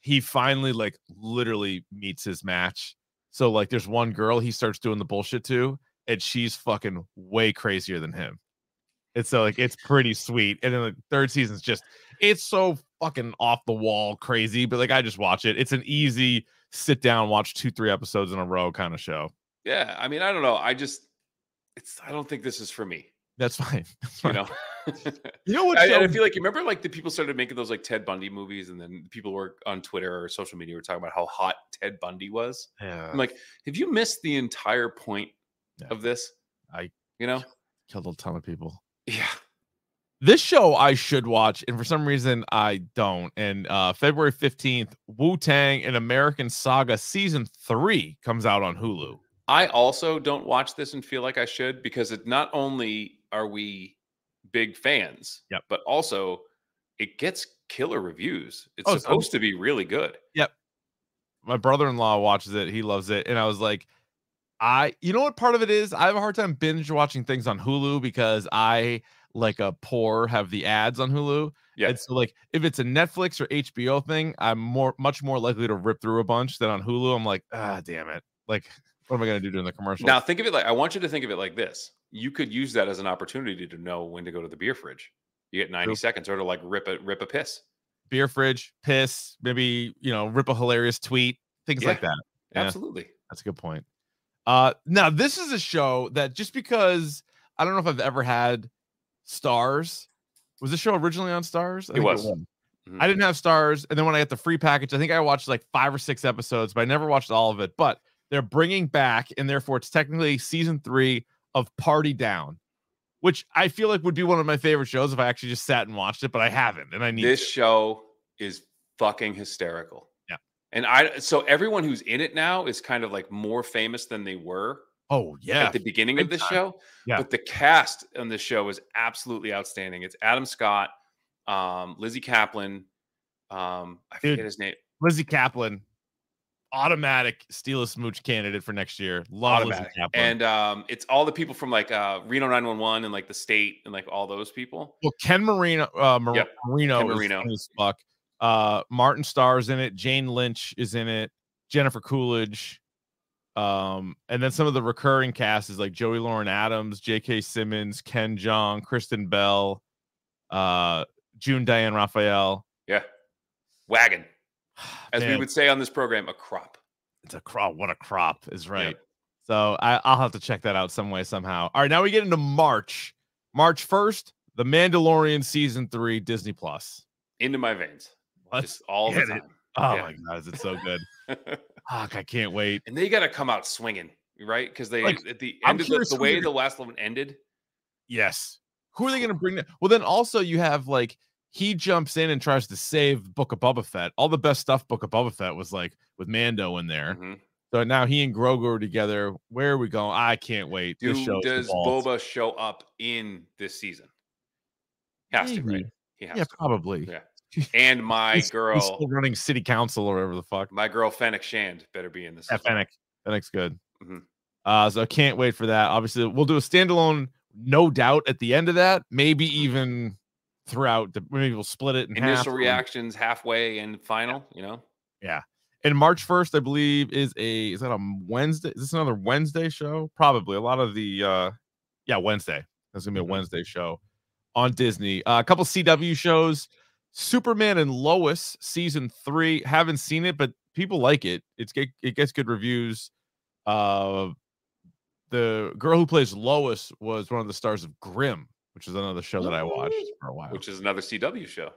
Speaker 2: he finally like literally meets his match. So like there's one girl he starts doing the bullshit to, and she's fucking way crazier than him. And so like it's pretty sweet. And then the third season's just it's so fucking off the wall crazy, but like I just watch it. It's an easy sit down, watch two, three episodes in a row kind of show.
Speaker 3: yeah, I mean I don't know. I just it's I don't think this is for me.
Speaker 2: That's fine. That's
Speaker 3: You
Speaker 2: fine.
Speaker 3: know.
Speaker 2: You know what
Speaker 3: I, and I
Speaker 2: show-
Speaker 3: feel like you remember like the people started making those like Ted Bundy movies, and then people were on Twitter or social media were talking about how hot Ted Bundy was.
Speaker 2: yeah.
Speaker 3: I'm like, have you missed the entire point
Speaker 2: Yeah.
Speaker 3: of this?
Speaker 2: I-
Speaker 3: you know,
Speaker 2: killed a ton of people.
Speaker 3: yeah,
Speaker 2: this show I should watch, and for some reason I don't. And uh February 15th, Wu Tang and American Saga season three comes out on Hulu.
Speaker 3: I also don't watch this and feel like I should because it not only are we big fans,
Speaker 2: Yep.
Speaker 3: but also it gets killer reviews. It's
Speaker 2: Oh, it's
Speaker 3: supposed to be really good.
Speaker 2: My brother-in-law watches it, he loves it. And I was like, I you know what part of it is? I have a hard time binge watching things on Hulu because I like a poor have the ads on Hulu.
Speaker 3: Yeah,
Speaker 2: And so like if it's a Netflix or HBO thing, I'm more much more likely to rip through a bunch than on Hulu. I'm like, ah damn it. Like, what am I gonna do during the commercial?
Speaker 3: Now think of it like I want you to think of it like this. You could use that as an opportunity to know when to go to the beer fridge. You get 90
Speaker 2: True.
Speaker 3: seconds or to like rip a rip a piss.
Speaker 2: beer fridge, piss, maybe you know, rip a hilarious tweet, things like
Speaker 3: Yeah.
Speaker 2: that. Yeah.
Speaker 3: Absolutely.
Speaker 2: That's a good point. Uh now this is a show that just because I don't know if I've ever had stars. Was this show originally on stars? I
Speaker 3: It
Speaker 2: think
Speaker 3: was. Mhm.
Speaker 2: I didn't have stars, and then when I got the free package, I think I watched like five or six episodes, but I never watched all of it. But they're bringing back, and therefore it's technically season three of Party Down, which I feel like would be one of my favorite shows if I actually just sat and watched it, but I haven't, and I need.
Speaker 3: This
Speaker 2: to.
Speaker 3: show is fucking hysterical.
Speaker 2: Yeah.
Speaker 3: And I so everyone who's in it now is kind of like more famous than they were
Speaker 2: Oh yeah,
Speaker 3: at the beginning of
Speaker 2: big
Speaker 3: this
Speaker 2: time.
Speaker 3: show.
Speaker 2: Yeah.
Speaker 3: But the cast on this show is absolutely outstanding. It's Adam Scott, um, Lizzie Kaplan, um, I
Speaker 2: Dude.
Speaker 3: forget his name.
Speaker 2: Lizzie Kaplan, automatic steal a smooch candidate for next year. Love
Speaker 3: Automatic.
Speaker 2: Lizzie Kaplan.
Speaker 3: and um, it's all the people from like uh, Reno 911 and like the state and like all those people.
Speaker 2: well, Ken Marino, uh, Mar-
Speaker 3: Yep,
Speaker 2: Marino,
Speaker 3: Ken
Speaker 2: is
Speaker 3: Marino.
Speaker 2: funny as fuck. Uh, Martin Starr is in it. Jane Lynch is in it. Jennifer Coolidge. Um, and then some of the recurring cast is like Joey Lauren Adams, J.K. Simmons, Ken Jong, Kristen Bell, uh, June Diane Raphael.
Speaker 3: Yeah, wagon, as we
Speaker 2: Man,
Speaker 3: would say on this program, a crop.
Speaker 2: it's a crop. What a crop is right. So I, I'll have to check that out some way somehow. All right, now we get into March. March first, The Mandalorian season three, Disney Plus.
Speaker 3: Into my veins,
Speaker 2: Let's
Speaker 3: just all the
Speaker 2: get it.
Speaker 3: time.
Speaker 2: Oh
Speaker 3: yeah.
Speaker 2: my god, is it so good? Fuck, I can't wait.
Speaker 3: and they got to come out swinging, right? Because they
Speaker 2: Like,
Speaker 3: at the
Speaker 2: I'm
Speaker 3: end of the,
Speaker 2: curious
Speaker 3: the
Speaker 2: who
Speaker 3: way
Speaker 2: they're-
Speaker 3: the last one ended.
Speaker 2: Yes. Who are they going to bring? in? Well, then also you have like he jumps in and tries to save Book of Boba Fett. All the best stuff Book of Boba Fett was like with Mando in there.
Speaker 3: Mhm.
Speaker 2: So now he and Grogu are together. Where are we going? I can't wait.
Speaker 3: Do
Speaker 2: this show is
Speaker 3: does
Speaker 2: balls.
Speaker 3: Boba show up in this season? Has to, right?
Speaker 2: Maybe.
Speaker 3: He has
Speaker 2: Yeah,
Speaker 3: to.
Speaker 2: probably.
Speaker 3: Yeah. And my
Speaker 2: He's- he's
Speaker 3: girl,
Speaker 2: still running city council or whatever the fuck.
Speaker 3: my girl Fennec Shand better be in this.
Speaker 2: Yeah,
Speaker 3: season.
Speaker 2: Fennec. Fennec's good.
Speaker 3: Mhm.
Speaker 2: Uh, so I can't wait for that. Obviously, we'll do a standalone, no doubt, at the end of that. Maybe even throughout. The, maybe we'll split it in half.
Speaker 3: Mm-hmm. Initial
Speaker 2: or-
Speaker 3: reactions halfway and final, you know?
Speaker 2: And March first, I believe, is a is that a Wednesday? Is this another Wednesday show? Probably. A lot of the uh, yeah, Wednesday. That's gonna be a Wednesday show on Disney. Uh, a couple CW shows. Superman and Lois season three. Haven't seen it, but people like it. It's get, it gets good reviews. Uh, the girl who plays Lois was one of the stars of Grimm, which is another show that I watched for a while. Which,
Speaker 3: Which is another CW show.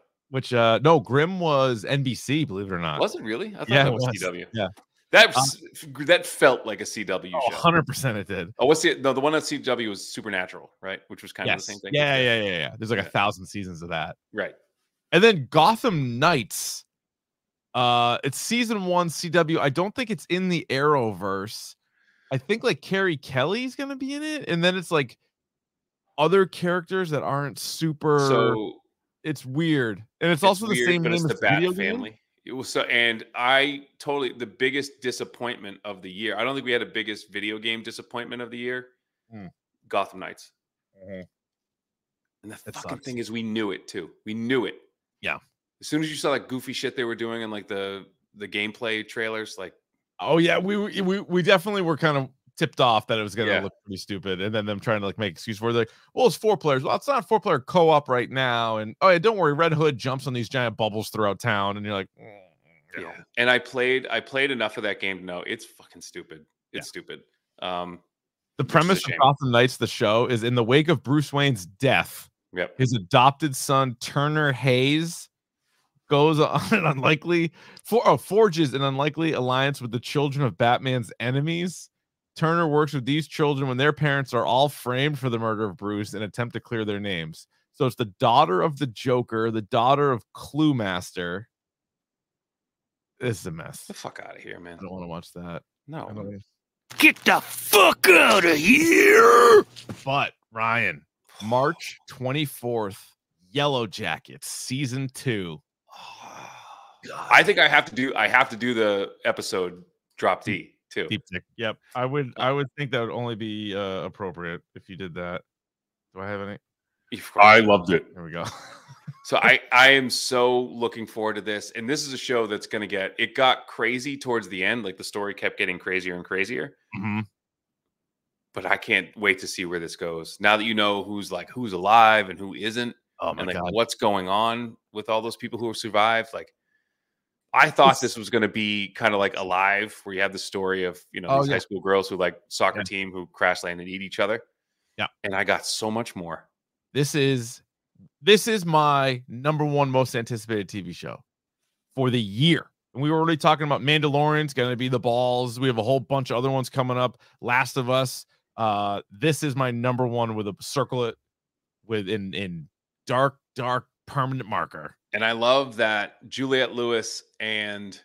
Speaker 2: uh, no, Grimm was NBC, believe it or not.
Speaker 3: Was it really? I thought
Speaker 2: yeah,
Speaker 3: that
Speaker 2: it
Speaker 3: was,
Speaker 2: was.
Speaker 3: CW.
Speaker 2: Yeah. Um,
Speaker 3: That was, that felt like a CW
Speaker 2: Oh,
Speaker 3: show.
Speaker 2: 100% it did.
Speaker 3: Oh, what's the no? The one on CW was Supernatural, right? Which was kind of the same thing.
Speaker 2: Yeah, yeah, yeah, yeah. There's like
Speaker 3: Yeah.
Speaker 2: a thousand seasons of that.
Speaker 3: Right.
Speaker 2: And then Gotham Knights. Uh it's season one CW. I don't think it's in the Arrowverse. I think like Carrie Kelly's gonna be in it. And then it's like other characters that aren't super
Speaker 3: So
Speaker 2: it's weird. And it's, also the
Speaker 3: weird,
Speaker 2: same
Speaker 3: but
Speaker 2: name as
Speaker 3: it's the Bat
Speaker 2: video game?
Speaker 3: Family. It was so, and I totally the biggest disappointment of the year. I don't think we had a biggest video game disappointment of the year.
Speaker 2: Hmm.
Speaker 3: Gotham Knights.
Speaker 2: Mhm.
Speaker 3: And the
Speaker 2: That
Speaker 3: fucking
Speaker 2: sucks.
Speaker 3: thing is, we knew it too. We knew it.
Speaker 2: Yeah.
Speaker 3: As soon as you saw that goofy shit they were doing and like the the gameplay trailers, like
Speaker 2: Oh yeah, we were- we we definitely were kind of tipped off that it was gonna
Speaker 3: Yeah.
Speaker 2: look pretty stupid, and then them trying to like make excuse for it. They're like, well, it's four players. Well, it's not four player co op right now, and oh yeah, don't worry, Red Hood jumps on these giant bubbles throughout town, and you're like, "Mm, you know."
Speaker 3: Yeah. And I played I played enough of that game to know it's fucking stupid.
Speaker 2: Yeah.
Speaker 3: It's stupid. Um
Speaker 2: the
Speaker 3: is a
Speaker 2: premise of
Speaker 3: shame.
Speaker 2: Gotham Knights, the show, is in the wake of Bruce Wayne's death,
Speaker 3: yep.
Speaker 2: his adopted son Turner Hayes goes on an unlikely for oh, forges an unlikely alliance with the children of Batman's enemies. Turner works with these children when their parents are all framed for the murder of Bruce and attempt to clear their names. So it's the daughter of the Joker, the daughter of Clue Master. This is a mess.
Speaker 3: Get the fuck out of here, man.
Speaker 2: I don't want to watch that.
Speaker 3: No.
Speaker 2: I don't-
Speaker 5: Get the fuck out of here!
Speaker 2: But Ryan, March 24th, Yellow Jackets, season two.
Speaker 3: I think I have to do I have to do the episode drop D too.
Speaker 2: Deep dick. Yep. I would I would think that would only be uh, appropriate if you did that. Do I have any?
Speaker 3: Of course.
Speaker 1: I loved it.
Speaker 2: Here we go.
Speaker 3: So I I am so looking forward to this, and this is a show that's going to get it got crazy towards the end, like the story kept getting crazier and crazier.
Speaker 2: Mhm.
Speaker 3: But I can't wait to see where this goes. Now that you know who's like who's alive and who isn't,
Speaker 2: Oh my
Speaker 3: and like
Speaker 2: god.
Speaker 3: what's going on with all those people who have survived. Like, I thought this was going to be kind of like alive, where you have the story of you know
Speaker 2: Oh,
Speaker 3: these
Speaker 2: yeah.
Speaker 3: high school girls who like soccer
Speaker 2: Yeah.
Speaker 3: team who crash land and eat each other.
Speaker 2: Yeah.
Speaker 3: and I got so much more.
Speaker 2: This is this is my number one most anticipated TV show for the year. And we were already talking about Mandalorian's gonna be the balls. We have a whole bunch of other ones coming up. Last of Us. Uh, this is my number one with a circle it with in in dark, dark permanent marker.
Speaker 3: And I love that Juliette Lewis and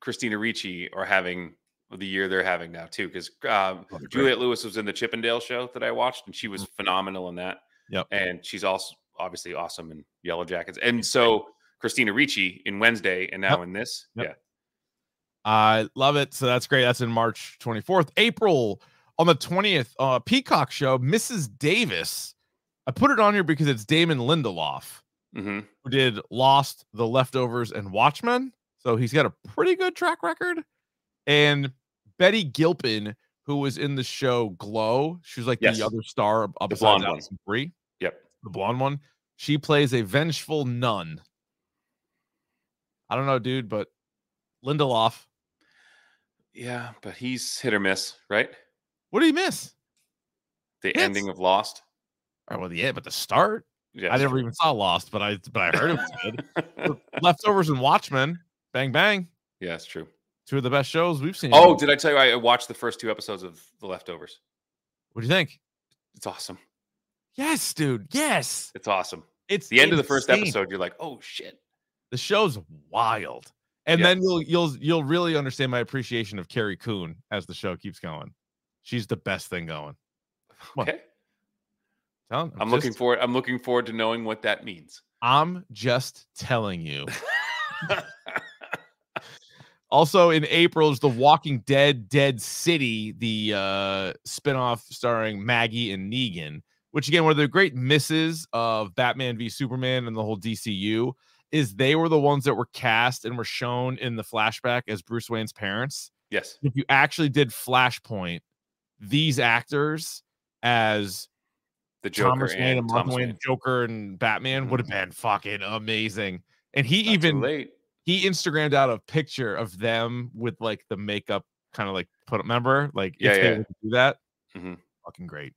Speaker 3: Christina Ricci are having the year they're having now too, because
Speaker 2: Oh,
Speaker 3: um, Juliette Lewis was in the Chippendale show that I watched, and she was
Speaker 2: Mm-hmm.
Speaker 3: phenomenal in that.
Speaker 2: Yep.
Speaker 3: And she's also obviously awesome in Yellow Jackets, and so Christina Ricci in Wednesday, and now
Speaker 2: Yep.
Speaker 3: in this.
Speaker 2: Yep.
Speaker 3: Yeah.
Speaker 2: I love it. So that's great. That's in March 24th. April on the 20th, uh, Peacock Show, Mrs. Davis. I put it on here because it's Damon Lindelof,
Speaker 3: hmm
Speaker 2: who did Lost, The Leftovers, and Watchmen. So he's got a pretty good track record. And Betty Gilpin, who was in the show Glow, she was like
Speaker 3: Yes.
Speaker 2: the other star of of
Speaker 3: The
Speaker 2: besides
Speaker 3: blonde one.
Speaker 2: Allison Brie,
Speaker 3: Yep.
Speaker 2: the blonde one. She plays a vengeful nun. I don't know, dude, but Lindelof,
Speaker 3: Yeah, but he's hit or miss, right?
Speaker 2: what do you miss?
Speaker 3: The
Speaker 2: Hits.
Speaker 3: ending of Lost.
Speaker 2: Or well, yeah, but the start.
Speaker 3: Yeah.
Speaker 2: I never even saw Lost, but I but I heard it was good. Leftovers and Watchmen, bang bang,
Speaker 3: yeah, it's true.
Speaker 2: two of the best shows we've seen.
Speaker 3: Oh, did I tell you I watched the first two episodes of The Leftovers?
Speaker 2: what do you think?
Speaker 3: It's awesome.
Speaker 2: Yes, dude. Yes,
Speaker 3: It's awesome.
Speaker 2: it's
Speaker 3: the end of the first
Speaker 2: insane.
Speaker 3: episode, you're like, oh shit.
Speaker 2: The show's wild, and
Speaker 3: Yeah.
Speaker 2: then you'll you'll you'll really understand my appreciation of Carrie Coon as the show keeps going. She's the best thing going. What?
Speaker 3: Okay.
Speaker 2: Telling-
Speaker 3: I'm looking
Speaker 2: just-
Speaker 3: forward. I'm looking forward to knowing what that means.
Speaker 2: I'm just telling you. Also in April is The Walking Dead Dead City, the uh spin-off starring Maggie and Negan, which again, one of the great misses of Batman v Superman and the whole DCU is they were the ones that were cast and were shown in the flashback as Bruce Wayne's parents.
Speaker 3: yes.
Speaker 2: If you actually did Flashpoint, these actors as
Speaker 3: The Joker
Speaker 2: Thomas Wayne and
Speaker 3: and
Speaker 2: Mark
Speaker 3: Thomas
Speaker 2: Wayne,
Speaker 3: Wayne. Mm-hmm.
Speaker 2: Joker and Batman would have been fucking amazing. And he
Speaker 3: Not too
Speaker 2: even
Speaker 3: late.
Speaker 2: he Instagrammed out a picture of them with like the makeup kind of like put remember like
Speaker 3: Yeah,
Speaker 2: if they
Speaker 3: yeah.
Speaker 2: were to do that
Speaker 3: Mhm.
Speaker 2: fucking great.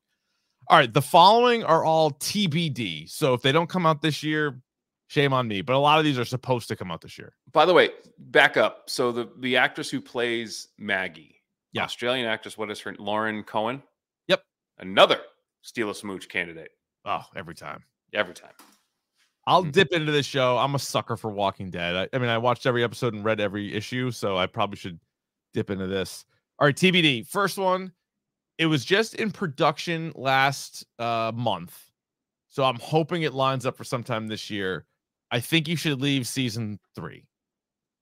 Speaker 2: All right, the following are all TBD. So if they don't come out this year, shame on me. But a lot of these are supposed to come out this year.
Speaker 3: By the way, back up. So the the actress who plays Maggie,
Speaker 2: Yeah.
Speaker 3: Australian actress. What is her? Lauren Cohen.
Speaker 2: Yep.
Speaker 3: Another steal a smooch candidate
Speaker 2: Oh, every time.
Speaker 3: every time.
Speaker 2: I'll
Speaker 3: Mhm.
Speaker 2: dip into this show. I'm a sucker for Walking Dead. I, I mean, I watched every episode and read every issue, so I probably should dip into this. All right, TBD. First one, it was just in production last uh, month, so I'm hoping it lines up for sometime this year. I think you should leave season three,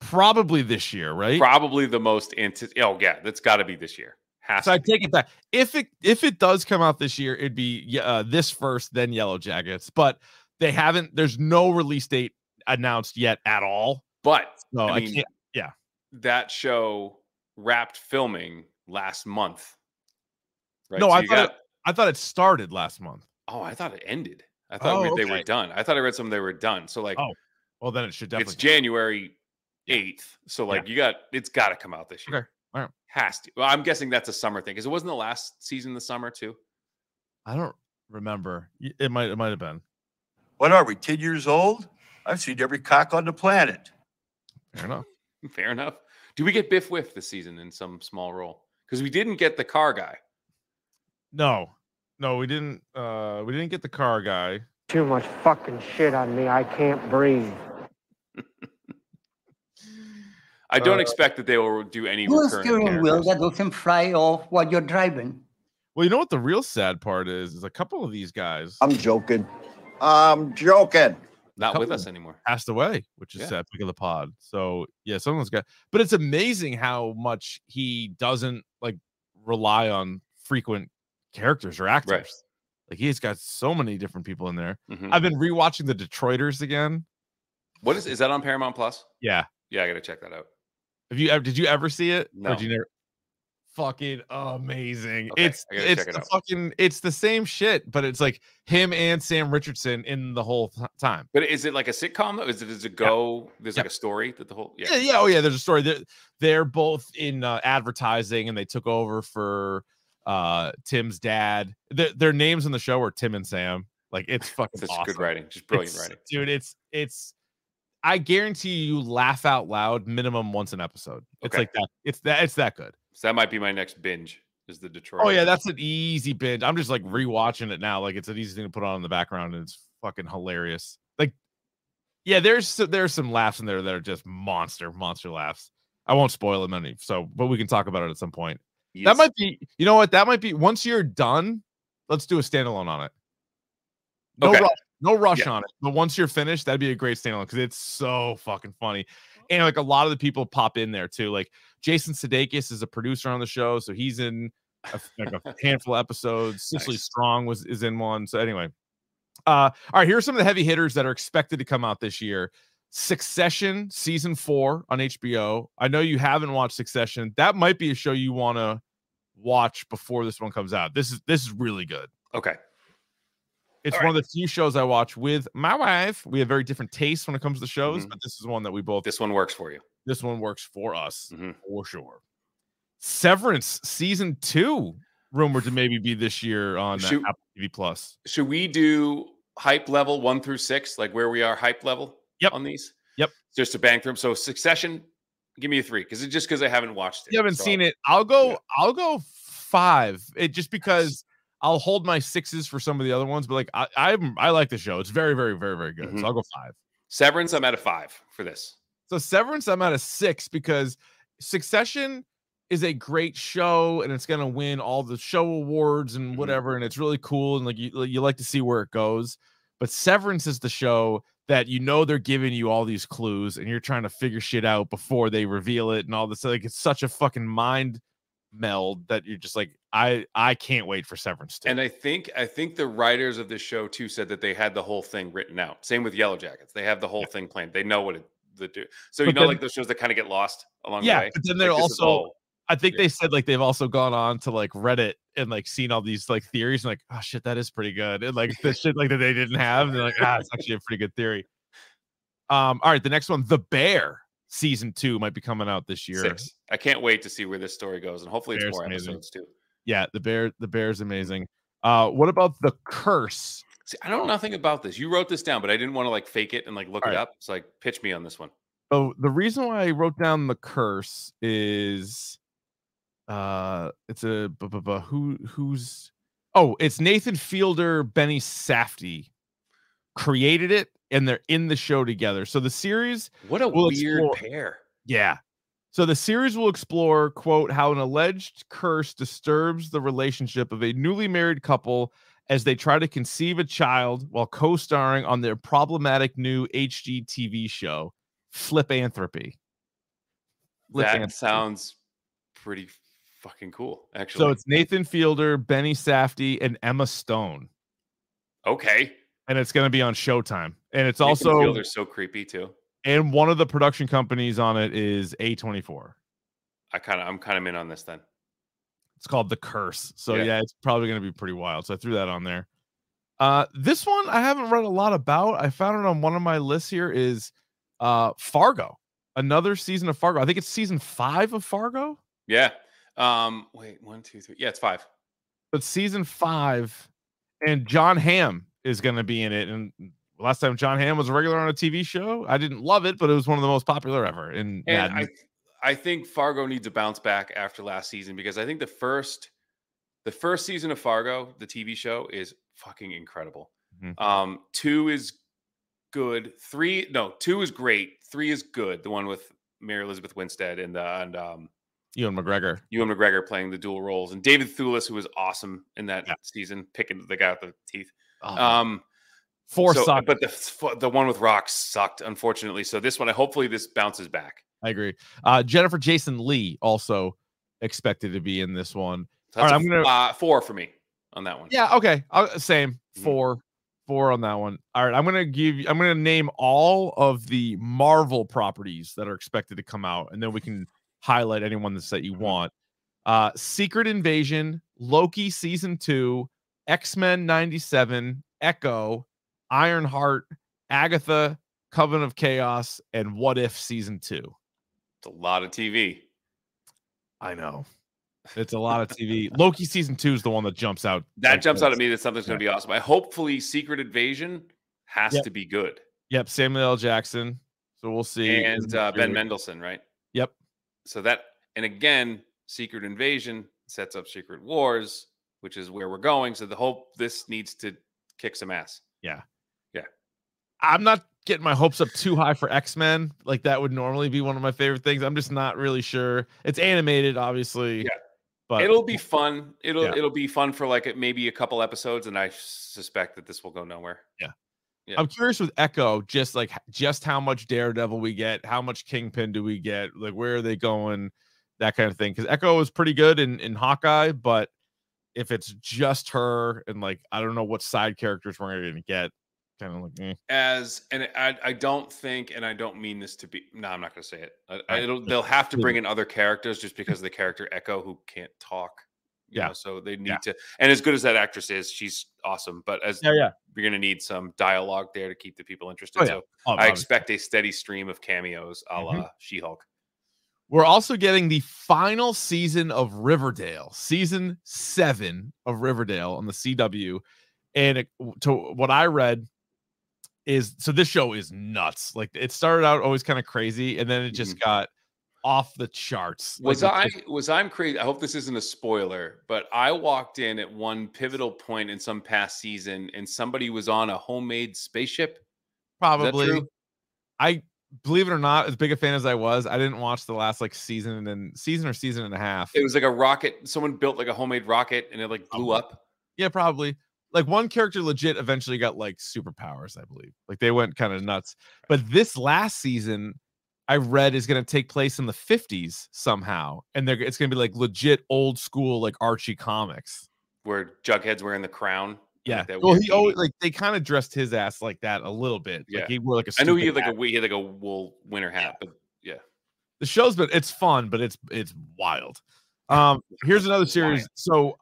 Speaker 2: probably this year, right?
Speaker 3: Probably the most anti- Oh yeah, that's got to be this year. Has
Speaker 2: So I
Speaker 3: to be.
Speaker 2: take it back. If it if it does come out this year, it'd be ye- uh, this first, then Yellow Jackets. But they haven't. There's no release date announced yet at all.
Speaker 3: But
Speaker 2: No,
Speaker 3: I
Speaker 2: Oh, I,
Speaker 3: mean-
Speaker 2: can't.
Speaker 3: that show wrapped filming last month. Right?
Speaker 2: No, I
Speaker 3: you
Speaker 2: thought it- I thought it started last month.
Speaker 3: oh, I thought it ended. I thought
Speaker 2: Oh,
Speaker 3: we- they were
Speaker 2: okay.
Speaker 3: done. I thought I read something they were done. So like
Speaker 2: Oh, Well, then it should definitely.
Speaker 3: it's January eighth. So
Speaker 2: Yeah.
Speaker 3: like you got it's got to come out this year.
Speaker 2: Okay, all right.
Speaker 3: Has to. Well, I'm guessing that's a summer thing because it wasn't the last season in the summer too.
Speaker 2: I don't remember. Y- It might. It might have been.
Speaker 6: What are we, 10 years old? I've seen every cock on the planet.
Speaker 2: Fair enough.
Speaker 3: Fair enough. Do we get Biff Whiff this season in some small role? Because we didn't get the car guy.
Speaker 2: No, no, we didn't. uh We didn't get the car guy.
Speaker 7: Too much fucking shit on me. I can't breathe.
Speaker 3: I don't
Speaker 2: Uh,
Speaker 3: expect that they will do any
Speaker 8: Who's
Speaker 3: recurring
Speaker 8: steering wheel
Speaker 3: characters.
Speaker 8: that doesn't fry off while you're driving?
Speaker 2: Well, you know what the real sad part is? Is a couple of these guys
Speaker 6: I'm joking. I'm joking.
Speaker 3: Not with
Speaker 2: Couple.
Speaker 3: us anymore.
Speaker 2: passed away, which is
Speaker 3: Yeah.
Speaker 2: sad pick of the pod. So yeah, someone's got but it's amazing how much he doesn't like rely on frequent characters or actors. Like he's got so many different people in there.
Speaker 3: Mhm.
Speaker 2: I've been rewatching the Detroiters again.
Speaker 3: What is is that on Paramount Plus?
Speaker 2: Yeah.
Speaker 3: Yeah, I gotta check that out.
Speaker 2: Have you ever did you ever see it?
Speaker 3: No.
Speaker 2: Or did you never fucking amazing.
Speaker 3: Okay,
Speaker 2: it's
Speaker 3: I gotta
Speaker 2: it's
Speaker 3: check it
Speaker 2: the
Speaker 3: out.
Speaker 2: fucking it's the same shit, but it's like him and Sam Richardson in the whole th- time.
Speaker 3: But is it like a sitcom? though? Is it is it go? There's
Speaker 2: Yeah.
Speaker 3: like a story that the whole
Speaker 2: yeah, yeah, oh yeah. There's a story. They're, they're both in uh, advertising, and they took over for uh, Tim's dad. Their their names in the show are Tim and Sam. Like it's fucking
Speaker 3: That's
Speaker 2: awesome.
Speaker 3: good writing, just brilliant
Speaker 2: It's-
Speaker 3: writing.
Speaker 2: dude. It's it's. I guarantee you, laugh out loud minimum once an episode. It's
Speaker 3: Okay.
Speaker 2: like that. It's that. It's that good.
Speaker 3: So that might be my next binge. Is the Detroit?
Speaker 2: Oh yeah, that's an easy binge. I'm just like rewatching it now. Like it's an easy thing to put on in the background, and it's fucking hilarious. Like, yeah, there's so- there's some laughs in there that are just monster monster laughs. I won't spoil them any, so but we can talk about it at some point. That might be, you know what? That might be once you're done. Let's do a standalone on it. No
Speaker 3: Okay.
Speaker 2: rush, no rush
Speaker 3: Yeah.
Speaker 2: on it. But once you're finished, that'd be a great standalone because it's so fucking funny, and like a lot of the people pop in there too. Like Jason Sudeikis is a producer on the show, so he's in a, like a handful of episodes. Cicely
Speaker 3: Nice.
Speaker 2: Strong was is in one. So anyway, uh, all right. Here are some of the heavy hitters that are expected to come out this year. Succession season four on HBO. I know you haven't watched Succession. That might be a show you want to watch before this one comes out. This is this is really good.
Speaker 3: okay.
Speaker 2: It's
Speaker 3: All
Speaker 2: one of the few shows I watch with my wife. We have very different tastes when it comes to shows,
Speaker 3: Mhm.
Speaker 2: but this is one that we both
Speaker 3: This one works for you.
Speaker 2: this one works for us
Speaker 3: Mhm.
Speaker 2: for sure. Severance season two rumored to maybe be this year on uh,
Speaker 3: Shoot.
Speaker 2: Apple TV Plus.
Speaker 3: Should we do hype level one through six, like where we are hype level?
Speaker 2: Yep.
Speaker 3: On these.
Speaker 2: Yep.
Speaker 3: Just to bang through them. So Succession, give me a three because it's just because I haven't watched it.
Speaker 2: You haven't
Speaker 3: So
Speaker 2: seen
Speaker 3: I'll-
Speaker 2: it. I'll go.
Speaker 3: yeah.
Speaker 2: I'll go five. It just because I'll hold my sixes for some of the other ones, but like I, I'm, I like the show. It's very, very, very, very good.
Speaker 3: Mhm.
Speaker 2: So I'll go five.
Speaker 3: Severance. I'm at a five for this.
Speaker 2: So Severance, I'm at a six because Succession is a great show and it's going to win all the show awards
Speaker 3: Mm-hmm.
Speaker 2: and whatever, and it's really cool and like you, you like to see where it goes. But Severance is the show that you know they're giving you all these clues and you're trying to figure shit out before they reveal it and all this. Like it's such a fucking mind meld that you're just like, I I can't wait for Severance.
Speaker 3: And I think I think the writers of this show too said that they had the whole thing written out. Same with Yellow Jackets, they have the whole thing planned. They know what it the do. So you
Speaker 2: But
Speaker 3: know,
Speaker 2: then-
Speaker 3: like those shows that kind of get lost along
Speaker 2: yeah,
Speaker 3: the way.
Speaker 2: but then they're
Speaker 3: Like, this is
Speaker 2: also.
Speaker 3: all-
Speaker 2: I think they said like they've also gone on to like Reddit and like seen all these like theories and like oh shit that is pretty good and like the shit like that they didn't have and they're like ah it's actually a pretty good theory. Um, all right, the next one, The Bear season two might be coming out this year.
Speaker 3: six. I can't wait to see where this story goes, and hopefully it's
Speaker 2: Bear's
Speaker 3: more
Speaker 2: amazing.
Speaker 3: episodes too.
Speaker 2: Yeah, the bear, the bear is amazing. Uh, what about the curse?
Speaker 3: See, I don't know nothing about this. You wrote this down, but I didn't want to like fake it and like look
Speaker 2: All
Speaker 3: it
Speaker 2: right.
Speaker 3: up. It's like pitch me on this one.
Speaker 2: So Oh, the reason why I wrote down the curse is uh it's a bu- bu- bu- who who's oh it's Nathan Fielder, Benny Safdie created it and they're in the show together. So the series
Speaker 3: What a
Speaker 2: will
Speaker 3: weird
Speaker 2: explore-
Speaker 3: pair.
Speaker 2: yeah. So the series will explore, quote, how an alleged curse disturbs the relationship of a newly married couple as they try to conceive a child while co starring on their problematic new HGTV show, Flip Anthropy.
Speaker 3: That sounds pretty fucking cool, actually.
Speaker 2: So it's Nathan Fielder, Benny Safdie, and Emma Stone.
Speaker 3: okay.
Speaker 2: And it's going to be on Showtime. And it's
Speaker 3: Nathan
Speaker 2: also,
Speaker 3: Fielder's so creepy too.
Speaker 2: and one of the production companies on it is A24.
Speaker 3: I kind of I'm kind of in on this then.
Speaker 2: It's called The Curse. So
Speaker 3: Yeah.
Speaker 2: yeah, it's probably going to be pretty wild. So I threw that on there. Uh, this one I haven't read a lot about. I found it on one of my lists here is uh, Fargo, another season of Fargo. I think it's season five of Fargo,
Speaker 3: Yeah. Um. Wait. One, two, three. Yeah, it's five.
Speaker 2: but season five, and John Hamm is going to be in it. And last time John Hamm was a regular on a TV show, I didn't love it, but it was one of the most popular ever. And,
Speaker 3: And
Speaker 2: Mad
Speaker 3: I,
Speaker 2: Men.
Speaker 3: I think Fargo needs a bounce back after last season because I think the first, the first season of Fargo, the TV show, is fucking incredible.
Speaker 2: Mhm.
Speaker 3: Um, two is good. Three, no, two is great. Three is good. The one with Mary Elizabeth Winstead and the and um,
Speaker 2: Ewan McGregor.
Speaker 3: Ewan McGregor playing the dual roles, and David Thewlis, who was awesome in that season, picking the guy with the teeth. Um,
Speaker 2: Four
Speaker 3: so-
Speaker 2: sucked.
Speaker 3: but the f- the one with rocks sucked, unfortunately. So this one, I hopefully this bounces back.
Speaker 2: I agree. Uh, Jennifer Jason Lee also expected to be in this one.
Speaker 3: So
Speaker 2: All
Speaker 3: that's
Speaker 2: right,
Speaker 3: a
Speaker 2: I'm gonna.
Speaker 3: f- uh, four for me on that one.
Speaker 2: Yeah, okay. i same four, four on that one. All right, I'm gonna give. you- I'm gonna name all of the Marvel properties that are expected to come out, and then we can highlight anyone that's that you want. Uh, Secret Invasion, Loki season two, X Men '97, Echo, Ironheart, Agatha, Coven of Chaos, and What If season two.
Speaker 3: It's a lot of TV.
Speaker 2: I know. It's a lot of TV. Loki season two is the one that jumps out.
Speaker 3: That
Speaker 2: like
Speaker 3: jumps
Speaker 2: this.
Speaker 3: out at me that something's going to be awesome. I hopefully Secret Invasion has
Speaker 2: Yep.
Speaker 3: to be good.
Speaker 2: Yep, Samuel L. Jackson. So we'll see.
Speaker 3: And
Speaker 2: Isn't
Speaker 3: uh,
Speaker 2: it
Speaker 3: Ben
Speaker 2: weird?
Speaker 3: Mendelsohn, right?
Speaker 2: Yep.
Speaker 3: So that and again, Secret Invasion sets up Secret Wars, which is where we're going. So the hope this needs to kick some ass.
Speaker 2: Yeah.
Speaker 3: Yeah.
Speaker 2: I'm not getting my hopes up too high for X Men. Like that would normally be one of my favorite things. I'm just not really sure. It's animated, obviously.
Speaker 3: Yeah.
Speaker 2: But
Speaker 3: it'll be fun. It'll
Speaker 2: Yeah.
Speaker 3: it'll be fun for like maybe a couple episodes, and I suspect that this will go nowhere.
Speaker 2: I'm curious with Echo, just like h- just how much Daredevil we get, how much Kingpin do we get, like where are they going, that kind of thing. Because Echo is pretty good in in Hawkeye, but if it's just her and like I don't know what side characters we're gonna get, kind of like eh.
Speaker 3: as and I, I don't think and i don't mean this to be no i'm not going to say it I, I,
Speaker 2: Alright,
Speaker 3: it'll,
Speaker 2: just
Speaker 3: they'll have to
Speaker 2: leave
Speaker 3: bring
Speaker 2: it.
Speaker 3: in other characters just because of the character echo who can't talk you
Speaker 2: Yeah.
Speaker 3: know, so they need
Speaker 2: Yeah.
Speaker 3: to and as good as that actress is she's awesome but as
Speaker 2: yeah, yeah.
Speaker 3: you're going to need some dialogue there to keep the people interested
Speaker 2: Oh, yeah.
Speaker 3: so
Speaker 2: Oh,
Speaker 3: i
Speaker 2: obviously. Mm-hmm.
Speaker 3: expect a steady stream of cameos a la she-hulk
Speaker 2: We're also getting the final season of Riverdale, season seven of Riverdale on the CW. And it, to what I read is so this show is nuts. Like it started out always kind of crazy, and then it just got off the charts. Like,
Speaker 3: Mm-hmm. was
Speaker 2: it
Speaker 3: i
Speaker 2: just-
Speaker 3: was i'm crazy i hope this isn't a spoiler but i walked in at one pivotal point in some past season and somebody was on a homemade spaceship Is that
Speaker 2: probably
Speaker 3: true?
Speaker 2: I believe it or not, as big a fan as I was, I didn't watch the last like season and then season or season and a half.
Speaker 3: It was like a rocket. Someone built like a homemade rocket and it like blew
Speaker 2: Uh-huh.
Speaker 3: up.
Speaker 2: Yeah, probably. Like one character legit eventually got like superpowers, I believe. Like they went kind of nuts. But this last season, I read is going to take place in the 50s somehow. And they're, it's going to be like legit old school, like Archie comics.
Speaker 3: Where Jughead's wearing the crown.
Speaker 2: Yeah.
Speaker 3: that
Speaker 2: well,
Speaker 3: weird
Speaker 2: he always
Speaker 3: beanie.
Speaker 2: like they kind of dressed his ass like that a little bit.
Speaker 3: Yeah.
Speaker 2: Like he wore like a
Speaker 3: I know he had
Speaker 2: stupid
Speaker 3: like a
Speaker 2: hat.
Speaker 3: we had like a wool winter hat, but yeah.
Speaker 2: the show's been it's fun, but it's it's wild. Um, here's another series. So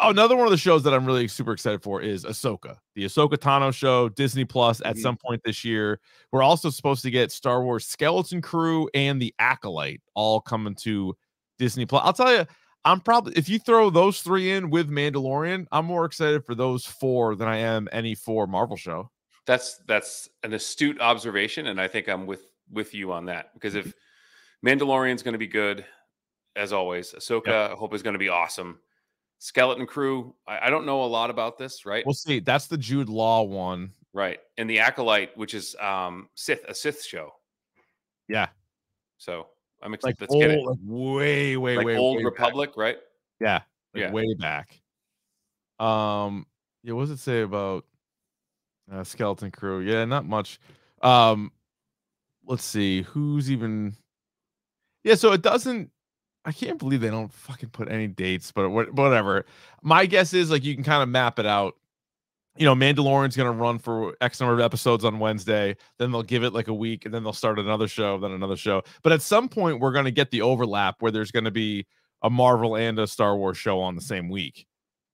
Speaker 2: oh, another one of the shows that I'm really super excited for is Ahsoka, the Ahsoka Tano show, Disney Plus at
Speaker 3: Mhm.
Speaker 2: some point this year. We're also supposed to get Star Wars Skeleton Crew and the Acolyte all coming to Disney Plus. I'll tell you, I'm probably if you throw those three in with Mandalorian, I'm more excited for those four than I am any four Marvel show.
Speaker 3: That's that's an astute observation, and I think I'm with with you on that because if
Speaker 2: Mm-hmm.
Speaker 3: Mandalorian's going to be good as always, Ahsoka I hope is going to be awesome. Skeleton Crew, I, I don't know a lot about this, right?
Speaker 2: We'll see. That's the Jude Law one.
Speaker 3: right, and the Acolyte, which is um Sith, a Sith show.
Speaker 2: Yeah.
Speaker 3: So I'm
Speaker 2: Like,
Speaker 3: excited. Let's
Speaker 2: old,
Speaker 3: get it.
Speaker 2: like way, way,
Speaker 3: Like
Speaker 2: way
Speaker 3: old
Speaker 2: way back.
Speaker 3: Republic, right?
Speaker 2: Yeah. like
Speaker 3: Yeah.
Speaker 2: Way back. Um, yeah, what does it say about uh, skeleton crew? Yeah, not much. Um, let's see who's even yeah, so it doesn't. I can't believe they don't fucking put any dates, but what- whatever. My guess is like you can kind of map it out. You know, Mandalorian's gonna run for X number of episodes on Wednesday. Then they'll give it like a week, and then they'll start another show, then another show. But at some point, we're gonna get the overlap where there's gonna be a Marvel and a Star Wars show on the same week.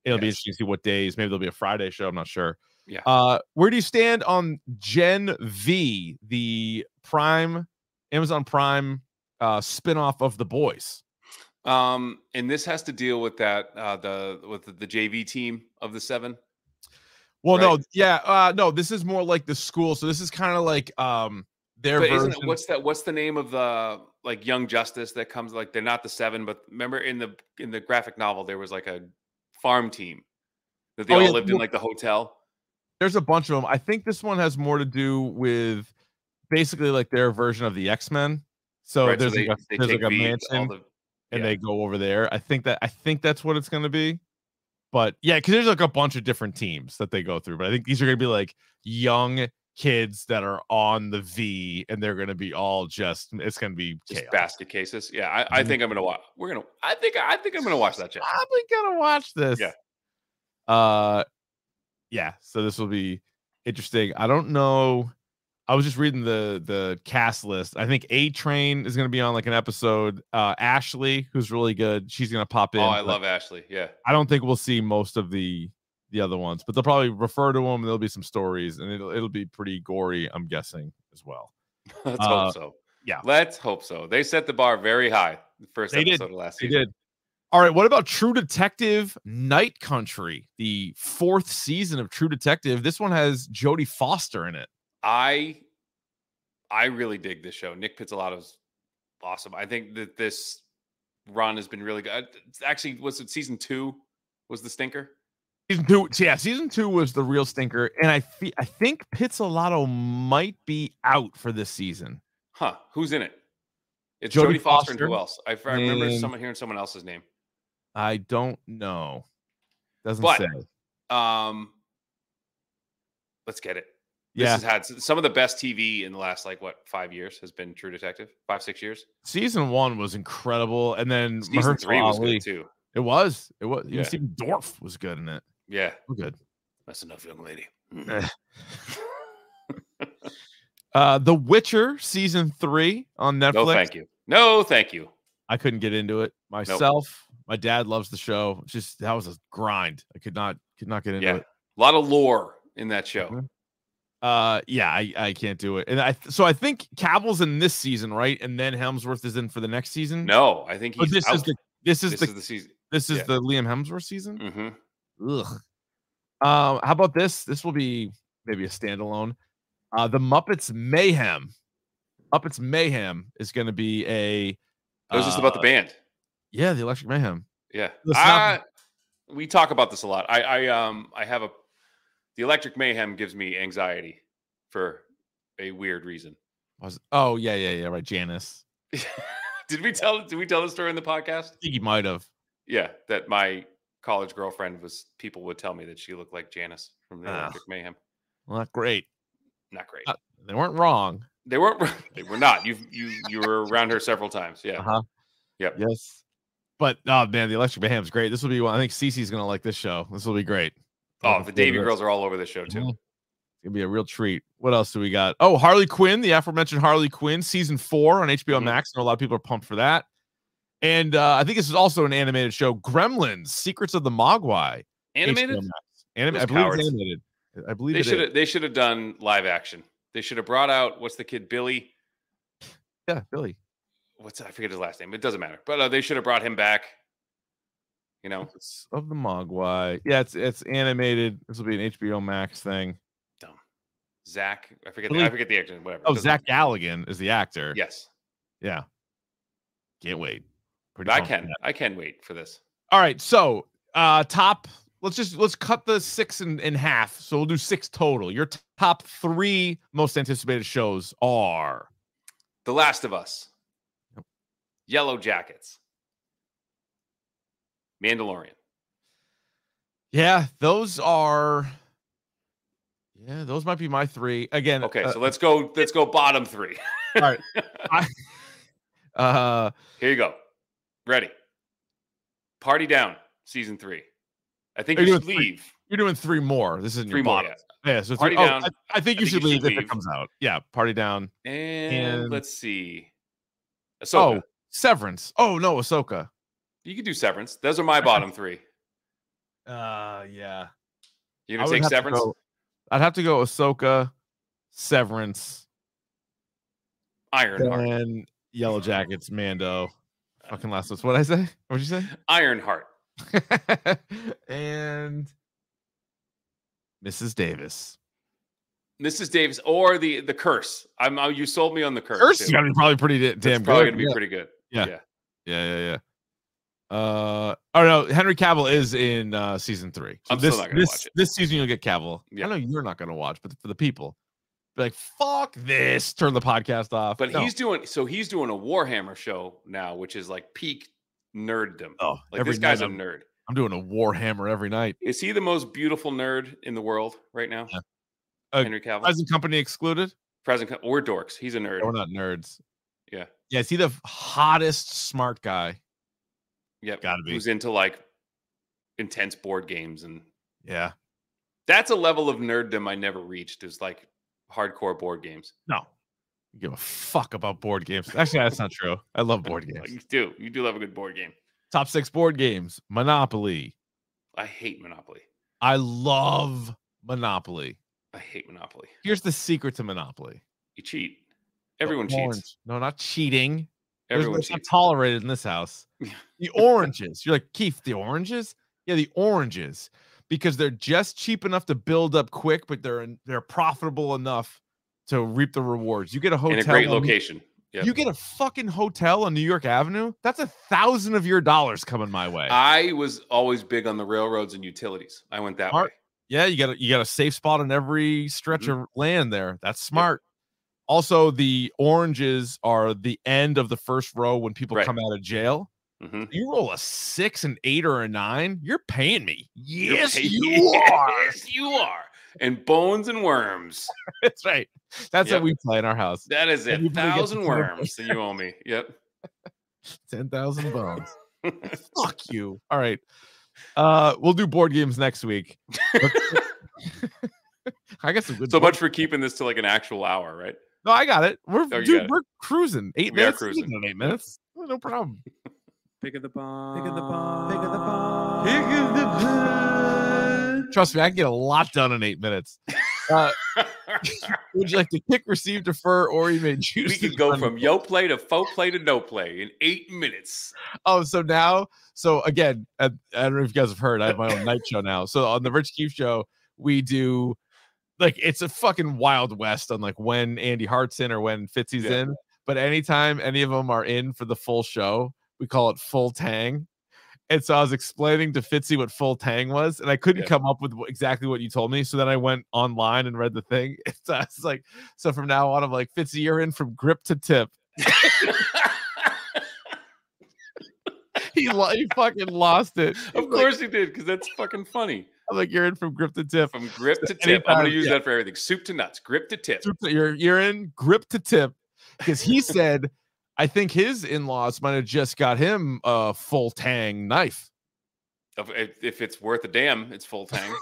Speaker 2: It'll be
Speaker 3: Yes.
Speaker 2: interesting to see what days. Maybe there'll be a Friday show. I'm not sure.
Speaker 3: Yeah.
Speaker 2: Uh, where do you stand on Gen V, the Prime, Amazon Prime uh, spinoff of The Boys?
Speaker 3: Um, and this has to deal with that uh the with the, the JV team of the seven.
Speaker 2: Well, no,
Speaker 3: Right.
Speaker 2: yeah, uh, no. This is more like the school. So this is kind of like um their
Speaker 3: But
Speaker 2: version.
Speaker 3: isn't it, what's that? What's the name of the like Young Justice that comes? Like they're not the seven, but remember in the in the graphic novel there was like a farm team that they
Speaker 2: Oh,
Speaker 3: all
Speaker 2: yeah,
Speaker 3: lived in
Speaker 2: well-
Speaker 3: like the hotel.
Speaker 2: There's a bunch of them. I think this one has more to do with basically like their version of the X Men. So
Speaker 3: right?
Speaker 2: there's
Speaker 3: they,
Speaker 2: like
Speaker 3: they
Speaker 2: a, there's like
Speaker 3: take
Speaker 2: a
Speaker 3: V, all
Speaker 2: mansion.
Speaker 3: the-
Speaker 2: and
Speaker 3: Yeah.
Speaker 2: they go over there. I think that I think that's what it's going to be. But yeah, because there's like a bunch of different teams that they go through. But I think these are going to be like young kids that are on the V, and they're going to be all just it's going to be chaos.
Speaker 3: just
Speaker 2: Mm-hmm.
Speaker 3: basket cases. Yeah, I, I think I'm gonna watch. We're gonna. I think I think I'm gonna watch that. Jeff.
Speaker 2: Probably gonna watch this.
Speaker 3: Yeah.
Speaker 2: Uh, yeah. So this will be interesting. I don't know. I was just reading the the cast list. I think A Train is going to be on like an episode. Uh, Ashley, who's really good, she's going to pop in.
Speaker 3: Oh, I
Speaker 2: but-
Speaker 3: love Ashley. Yeah,
Speaker 2: I don't think we'll see most of the the other ones, but they'll probably refer to them. And there'll be some stories, and it'll it'll be pretty gory, I'm guessing as well.
Speaker 3: let's
Speaker 2: Uh,
Speaker 3: hope so.
Speaker 2: yeah.
Speaker 3: let's hope so. They set the bar very high. The first
Speaker 2: They did.
Speaker 3: episode of last
Speaker 2: They
Speaker 3: season.
Speaker 2: did. All right, what about True Detective Night Country, the fourth season of True Detective? This one has Jodie Foster in it.
Speaker 3: I I really dig this show. Nick Pizzolatto's awesome. I think that this run has been really good. Uh, it's Actually, was it season two? Was the stinker?
Speaker 2: Season two, yeah, season two was the real stinker, and I fe- I think Pizzolatto might be out for this season.
Speaker 3: Huh? Who's in it? It's
Speaker 2: Jodie
Speaker 3: Jodie Foster, and
Speaker 2: Foster
Speaker 3: who else? I, I remember
Speaker 2: and-
Speaker 3: someone hearing someone else's name.
Speaker 2: I don't know. Doesn't
Speaker 3: But-
Speaker 2: say.
Speaker 3: Um, let's get it. This
Speaker 2: Yeah,
Speaker 3: has had s- some of the best TV in the last like what five years has been True Detective. Five six years.
Speaker 2: season one was incredible, and then
Speaker 3: Season
Speaker 2: Mahershala
Speaker 3: three was
Speaker 2: Ali.
Speaker 3: good too.
Speaker 2: It was. It was. Even
Speaker 3: Yeah.
Speaker 2: Stephen Dorff was good in it.
Speaker 3: Yeah,
Speaker 2: We're good.
Speaker 3: that's enough, young lady. Mm.
Speaker 2: Uh, The Witcher season three on Netflix.
Speaker 3: no, thank you. No, thank you.
Speaker 2: I couldn't get into it myself. My dad loves the show. It's Just that was a grind. I could not could not get into
Speaker 3: yeah.
Speaker 2: it.
Speaker 3: A lot of lore in that show.
Speaker 2: Mhm. Uh, yeah, I, I can't do it. And I th- so I think Cavill's in this season, right? And then Hemsworth is in for the next season.
Speaker 3: No, I think
Speaker 2: Oh,
Speaker 3: he's
Speaker 2: this
Speaker 3: out.
Speaker 2: is the this is
Speaker 3: this
Speaker 2: the
Speaker 3: is the season.
Speaker 2: this is
Speaker 3: yeah.
Speaker 2: the Liam Hemsworth season.
Speaker 3: hmm
Speaker 2: Ugh. Um, how about this? This will be maybe a standalone. Uh, the Muppets Mayhem. Muppets Mayhem is going to be a.
Speaker 3: It was just Oh, about the
Speaker 2: uh,
Speaker 3: band.
Speaker 2: Yeah, the Electric Mayhem.
Speaker 3: Yeah,
Speaker 2: let's
Speaker 3: I,
Speaker 2: not-
Speaker 3: we talk about this a lot. I, I um I have a the Electric Mayhem gives me anxiety for a weird reason.
Speaker 2: Was oh yeah yeah yeah right Janice.
Speaker 3: Did we tell? Did we tell the story in the podcast?
Speaker 2: I think you might have.
Speaker 3: Yeah, that my college girlfriend was. People would tell me that she looked like Janice from the
Speaker 2: Ah.
Speaker 3: Olympic Mayhem.
Speaker 2: Well, not great.
Speaker 3: Not great.
Speaker 2: Uh, they weren't wrong.
Speaker 3: They weren't. They were not. You you you were around her several times. Yeah.
Speaker 2: Uh-huh.
Speaker 3: Yep.
Speaker 2: Yes. But oh man, the Electric Mayhem's great. This will be one. I think Cece's gonna like this show. This will be great.
Speaker 3: Oh, the Davy girls are all over this show too.
Speaker 2: Mhm. It's gonna be a real treat. What else do we got? Oh, Harley Quinn, the aforementioned Harley Quinn, season four on
Speaker 3: Mm-hmm.
Speaker 2: HBO Max. I know a lot of people are pumped for that. And uh, I think this is also an animated show, Gremlins: Secrets of the Mogwai.
Speaker 3: Animated?
Speaker 2: HBO Max. Anim-
Speaker 3: Those
Speaker 2: I believe
Speaker 3: cowards.
Speaker 2: it's animated. I believe
Speaker 3: They
Speaker 2: it is.
Speaker 3: should have. They should have done live action. They should have brought out what's the kid Billy.
Speaker 2: Yeah, Billy.
Speaker 3: What's I forget his last name. It doesn't matter. But uh, they should have brought him back. You know,
Speaker 2: of the Mogwai. Yeah, it's it's animated. This will be an HBO Max thing.
Speaker 3: Zach. I forget.
Speaker 2: Billy-
Speaker 3: The, I forget the actor. Whatever.
Speaker 2: Oh,
Speaker 3: doesn't
Speaker 2: Zach Galligan is the actor.
Speaker 3: Yes.
Speaker 2: Yeah. Can't wait. Pretty
Speaker 3: But I
Speaker 2: pumped for
Speaker 3: can.
Speaker 2: that.
Speaker 3: I can wait for this.
Speaker 2: All right. So uh top let's just let's cut the six in, in half. So we'll do six total. Your t- top three most anticipated shows are
Speaker 3: The Last of Us. Yellow Jackets.
Speaker 2: Uh,
Speaker 3: Mandalorian.
Speaker 2: yeah, those are yeah, those might be my three. Again,
Speaker 3: Okay,
Speaker 2: uh,
Speaker 3: so let's go. Let's go bottom three.
Speaker 2: all right. I- uh
Speaker 3: Here you go. Ready. Party down. Season three. I think
Speaker 2: Are
Speaker 3: you
Speaker 2: you
Speaker 3: should
Speaker 2: doing three?
Speaker 3: leave.
Speaker 2: You're doing three more. This isn't
Speaker 3: Three
Speaker 2: your
Speaker 3: more,
Speaker 2: bottom. Yeah, so
Speaker 3: Party
Speaker 2: three, oh,
Speaker 3: Down,
Speaker 2: I, I think you should leave if it comes out. Yeah, party down.
Speaker 3: And,
Speaker 2: And-
Speaker 3: let's see.
Speaker 2: Oh,
Speaker 3: Ahsoka.
Speaker 2: Severance. Oh no, Ahsoka.
Speaker 3: You could do Severance. Those are my bottom three.
Speaker 2: Uh yeah.
Speaker 3: You're
Speaker 2: I
Speaker 3: gonna
Speaker 2: would
Speaker 3: take
Speaker 2: have to
Speaker 3: Severance.
Speaker 2: go- I'd have to go Ahsoka, Severance,
Speaker 3: Ironheart.
Speaker 2: and Yellow Jackets, Mando.
Speaker 3: Uh,
Speaker 2: Fucking last one. What I say? What'd you
Speaker 3: Ironheart.
Speaker 2: say? and Mrs. Davis.
Speaker 3: Mrs. Davis or the the curse. I'm uh, you sold me on the curse.
Speaker 2: First,
Speaker 3: too.
Speaker 2: you gotta be probably pretty da-
Speaker 3: That's
Speaker 2: damn
Speaker 3: probably
Speaker 2: good.
Speaker 3: gonna be
Speaker 2: yeah.
Speaker 3: pretty good.
Speaker 2: Yeah.
Speaker 3: yeah.
Speaker 2: yeah, yeah, yeah. Uh, oh no, Henry Cavill is in uh season three.
Speaker 3: I'm still
Speaker 2: this
Speaker 3: not gonna
Speaker 2: this
Speaker 3: watch it.
Speaker 2: this season you'll get Cavill.
Speaker 3: Yeah.
Speaker 2: I know you're not gonna watch, but for the people, be like, fuck this, turn the podcast off.
Speaker 3: But
Speaker 2: No.
Speaker 3: he's doing so he's doing a Warhammer show now, which is like peak nerddom.
Speaker 2: Oh,
Speaker 3: like
Speaker 2: every
Speaker 3: this guy's a
Speaker 2: night I'm-
Speaker 3: nerd.
Speaker 2: I'm doing a Warhammer every night.
Speaker 3: Is he the most beautiful nerd in the world right now?
Speaker 2: Yeah. Uh,
Speaker 3: Henry Cavill, present,
Speaker 2: Present company excluded.
Speaker 3: co- or dorks. He's a nerd.
Speaker 2: No, we're not nerds.
Speaker 3: Yeah.
Speaker 2: Yeah, is he the hottest smart guy?
Speaker 3: Yep.
Speaker 2: Gotta be.
Speaker 3: Who's into like intense board games and
Speaker 2: Yeah.
Speaker 3: that's a level of nerddom I never reached. Is like hardcore board games.
Speaker 2: No. You give a fuck about board games. Actually, that's not true. I love board
Speaker 3: Like, you
Speaker 2: games.
Speaker 3: do. You do love a good board game.
Speaker 2: Top six board games. Monopoly.
Speaker 3: I hate Monopoly.
Speaker 2: I love Monopoly.
Speaker 3: I hate Monopoly.
Speaker 2: Here's the secret to Monopoly.
Speaker 3: You cheat.
Speaker 2: The
Speaker 3: Everyone cheats.
Speaker 2: orange- No, not cheating. There's-
Speaker 3: Everyone
Speaker 2: that's not
Speaker 3: cheats.
Speaker 2: tolerated in this house. The oranges. You're like, Keith, the oranges? Yeah, the oranges. Because they're just cheap enough to build up quick, but they're they're profitable enough to reap the rewards. You get a hotel
Speaker 3: in a great
Speaker 2: on-
Speaker 3: location. Yep.
Speaker 2: You get a fucking hotel on New York Avenue. That's a thousand of your dollars coming my way.
Speaker 3: I was always big on the railroads and utilities. I went that
Speaker 2: Smart.
Speaker 3: way.
Speaker 2: yeah, you got a, you got a safe spot on every stretch of land there. That's smart. Also, the oranges are the end of the first row when people
Speaker 3: Right.
Speaker 2: come out of jail.
Speaker 3: Mhm.
Speaker 2: You roll a six, an eight, or a nine. You're paying me.
Speaker 3: You're
Speaker 2: Yes,
Speaker 3: paying-
Speaker 2: you are.
Speaker 3: Yes, you are. And bones and worms.
Speaker 2: That's right. That's
Speaker 3: Yep.
Speaker 2: what we play in our house.
Speaker 3: That is it.
Speaker 2: Everybody gets a
Speaker 3: Thousand
Speaker 2: third
Speaker 3: worms that you owe me. Yep.
Speaker 2: Ten thousand bones. Fuck you. All right. Uh, we'll do board games next week. I got some good.
Speaker 3: so
Speaker 2: board-
Speaker 3: much for keeping this to like an actual hour, right?
Speaker 2: No, I got it. We're
Speaker 3: Oh, you got
Speaker 2: dude,
Speaker 3: it.
Speaker 2: we're cruising. Eight
Speaker 3: We are
Speaker 2: minutes.
Speaker 3: cruising.
Speaker 2: Cruising. Eight minutes. Oh, No problem.
Speaker 3: Pick of the bomb.
Speaker 2: Uh,
Speaker 4: Pick of the bomb. Pick of the bomb.
Speaker 2: Trust me, I can get a lot done in eight minutes. Uh, would you like to kick, receive, defer, or even choose?
Speaker 3: we
Speaker 2: to
Speaker 3: could go
Speaker 2: run?
Speaker 3: from yo play to faux play to no play in eight minutes.
Speaker 2: Oh, so now, so again, I, I don't know if you guys have heard. I have my own night show now. So on the Rich Keefe show, we do like it's a fucking wild west on like when Andy Hart's in or when Fitzy's
Speaker 3: Yeah.
Speaker 2: in. But anytime any of them are in for the full show, we call it full tang. And so I was explaining to Fitzy what full tang was, and I couldn't
Speaker 3: Yeah.
Speaker 2: come up with wh- exactly what you told me. So then I went online and read the thing. So I was like, so from now on, I'm like, Fitzy, you're in from grip to tip. he, lo- he fucking lost it.
Speaker 3: Of course he did, because that's fucking funny.
Speaker 2: I'm like, you're in from grip to tip.
Speaker 3: From grip to tip. I'm
Speaker 2: anytime-
Speaker 3: gonna use
Speaker 2: yeah.
Speaker 3: that for everything. Soup to nuts. Grip to tip.
Speaker 2: Grip to- You're you're in grip to tip because he said, I think his in-laws might have just got him a full tang knife.
Speaker 3: Of- If if it's worth a damn, it's full tang.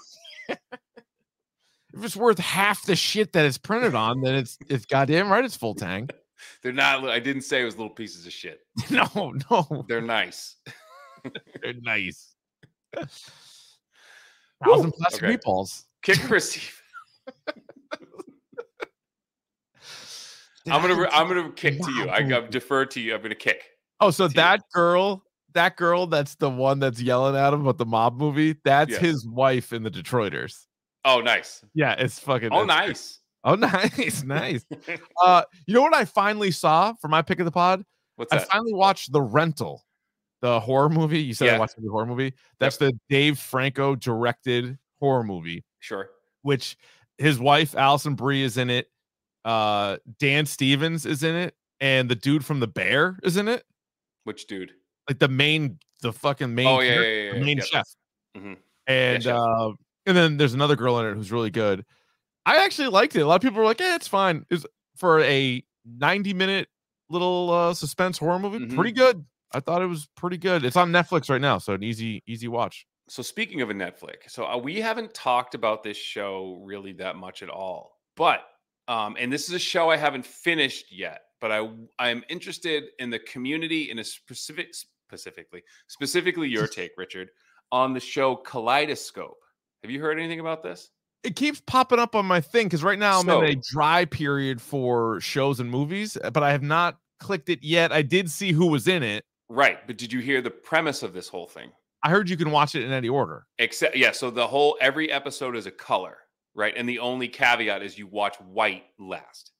Speaker 2: If it's worth half the shit that it's printed on, then it's it's goddamn right it's full tang.
Speaker 3: They're not. li- I didn't say it was little pieces of shit.
Speaker 2: No, no,
Speaker 3: They're nice.
Speaker 2: they're nice. Thousand
Speaker 3: Woo!
Speaker 2: plastic
Speaker 3: Okay.
Speaker 2: meatballs.
Speaker 3: Kick for Steve. I'm gonna. re- I'm gonna kick to you. I, I defer to you. I'm gonna kick.
Speaker 2: Oh, so that girl, that girl, that's the one that's yelling at him about the mob movie. That's
Speaker 3: Yes.
Speaker 2: his wife in the Detroiters.
Speaker 3: Oh, nice.
Speaker 2: Yeah, it's fucking.
Speaker 3: Oh,
Speaker 2: it's-
Speaker 3: nice.
Speaker 2: Oh, nice, nice. uh, you know what I finally saw for my pick of the pod?
Speaker 3: What's
Speaker 2: I
Speaker 3: that?
Speaker 2: finally watched The Rental, the horror movie. You said I
Speaker 3: Yeah.
Speaker 2: watched the horror movie. That's the Dave Franco directed horror movie,
Speaker 3: Sure.
Speaker 2: which his wife Allison Brie is in it. Uh, Dan Stevens is in it, and the dude from The Bear is in it.
Speaker 3: Which dude?
Speaker 2: Like the main, the fucking main,
Speaker 3: Oh, yeah,
Speaker 2: character,
Speaker 3: yeah, yeah,
Speaker 2: the
Speaker 3: yeah,
Speaker 2: main
Speaker 3: yeah.
Speaker 2: chef
Speaker 3: Mhm.
Speaker 2: and
Speaker 3: chef.
Speaker 2: uh, and then there's another girl in it who's really good. I actually liked it. A lot of people were like, "Yeah, it's fine." Is for a 90 minute little uh, suspense horror movie, pretty
Speaker 3: Mm-hmm.
Speaker 2: good. I thought it was pretty good. It's on Netflix right now, so an easy easy watch.
Speaker 3: So speaking of a Netflix, so uh, we haven't talked about this show really that much at all. But um, and this is a show I haven't finished yet, but I I am interested in the community in a specific specifically specifically your take, Richard, on the show Kaleidoscope. Have you heard anything about this?
Speaker 2: It keeps popping up on my thing because right now I'm in a
Speaker 3: So-
Speaker 2: dry period for shows and movies, uh, but I have not clicked it yet. I did see who was in it.
Speaker 3: Right, but did you hear the premise of this whole thing?
Speaker 2: I heard you can watch it in any order.
Speaker 3: Except yeah, so the whole every episode is a color, right? And the only caveat is you watch white last.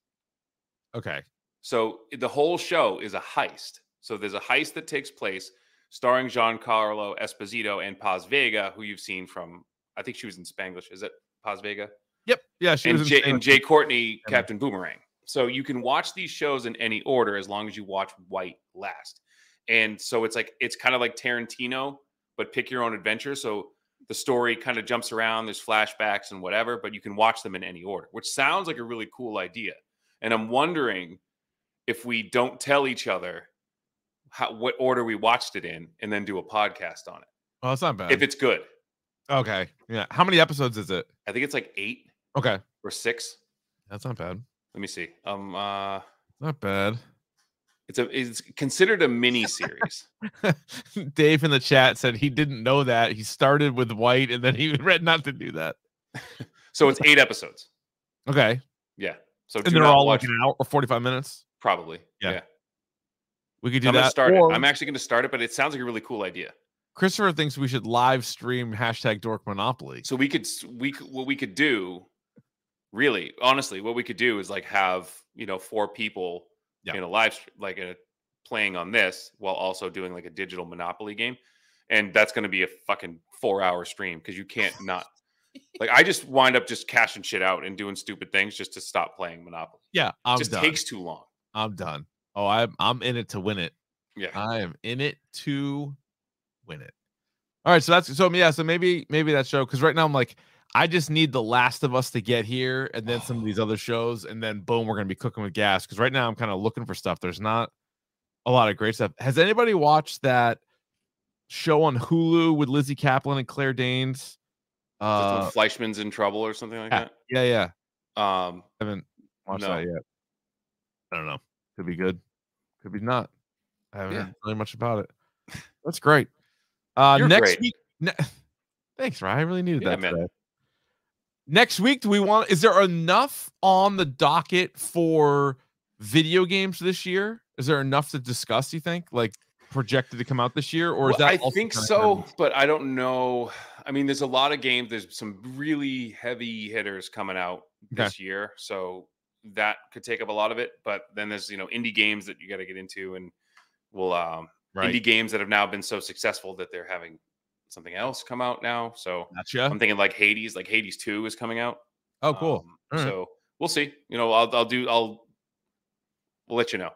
Speaker 2: Okay.
Speaker 3: So the whole show is a heist. So there's a heist that takes place starring Giancarlo Esposito and Paz Vega, who you've seen from, I think she was in Spanglish. Is it Paz Vega?
Speaker 2: Yep. Yeah. She
Speaker 3: and,
Speaker 2: was
Speaker 3: Jay,
Speaker 2: in
Speaker 3: and Jay Courtney, Captain Boomerang. So you can watch these shows in any order as long as you watch White last. And so it's like it's kind of like Tarantino, but pick your own adventure. So the story kind of jumps around. There's flashbacks and whatever, but you can watch them in any order, which sounds like a really cool idea. And I'm wondering if we don't tell each other how, what order we watched it in, and then do a podcast on it.
Speaker 2: Oh, that's not bad.
Speaker 3: If it's good,
Speaker 2: okay. Yeah. How many episodes is it?
Speaker 3: I think it's like eight
Speaker 2: Okay.
Speaker 3: or six.
Speaker 2: That's not bad.
Speaker 3: Let me see. Um, uh,
Speaker 2: Not bad.
Speaker 3: It's a it's considered a mini series.
Speaker 2: Dave in the chat said he didn't know that. He started with white and then he read not to do that.
Speaker 3: so it's eight episodes.
Speaker 2: Okay.
Speaker 3: Yeah. So do
Speaker 2: And they're
Speaker 3: not
Speaker 2: all
Speaker 3: watch
Speaker 2: like an hour or 45 minutes.
Speaker 3: probably.
Speaker 2: Yeah.
Speaker 3: Yeah.
Speaker 2: We could do
Speaker 3: I'm
Speaker 2: that.
Speaker 3: gonna start
Speaker 2: or
Speaker 3: it. I'm actually gonna start it, but it sounds like a really cool idea.
Speaker 2: Christopher thinks we should live stream hashtag dork monopoly.
Speaker 3: So we could s- we c- what we could do, really honestly, what we could do is like have you know four people
Speaker 2: Yeah.
Speaker 3: in a live str- like a, playing on this while also doing like a digital Monopoly game, and that's gonna be a fucking four hour stream because you can't not. Like I just wind up just cashing shit out and doing stupid things just to stop playing Monopoly.
Speaker 2: Yeah, I'm
Speaker 3: It just
Speaker 2: done.
Speaker 3: takes too long.
Speaker 2: I'm done. Oh, I'm I'm in it to win it.
Speaker 3: Yeah.
Speaker 2: I am in it to win it. All right, so that's so yeah, so maybe maybe that show because right now I'm like I just need The Last of Us to get here, and then some of these other shows, and then boom, we're gonna be cooking with gas. Because right now I'm kind of looking for stuff. There's not a lot of great stuff. Has anybody watched that show on Hulu with Lizzie Kaplan and Claire Danes?
Speaker 3: That's
Speaker 2: Uh,
Speaker 3: when Fleischman's in trouble or something like
Speaker 2: yeah, yeah, yeah.
Speaker 3: that. Um,
Speaker 2: I haven't watched
Speaker 3: No.
Speaker 2: that yet. I don't know. Could be good. Could be not. I haven't
Speaker 3: Yeah.
Speaker 2: heard really much about it. That's great. Uh,
Speaker 3: You're
Speaker 2: next
Speaker 3: great.
Speaker 2: week. ne- Thanks, Ryan. I really needed
Speaker 3: Yeah,
Speaker 2: that.
Speaker 3: man.
Speaker 2: today. Next week, do we want? Is there enough on the docket for video games this year? Is there enough to discuss? You think, like projected to come out this year, or is
Speaker 3: well,
Speaker 2: that?
Speaker 3: I
Speaker 2: also
Speaker 3: think
Speaker 2: kinda
Speaker 3: so,
Speaker 2: early?
Speaker 3: but I don't know. I mean, there's a lot of games. There's some really heavy hitters coming out
Speaker 2: Okay.
Speaker 3: this year, so that could take up a lot of it. But then there's you know indie games that you got to get into, and we'll um,
Speaker 2: Right.
Speaker 3: indie games that have now been so successful that they're having something else come out now. So
Speaker 2: Gotcha.
Speaker 3: I'm thinking like Hades, like Hades 2 is coming out.
Speaker 2: Oh, cool.
Speaker 3: Um,
Speaker 2: All right.
Speaker 3: So we'll see. You know, I'll, I'll do, I'll, we'll let you know.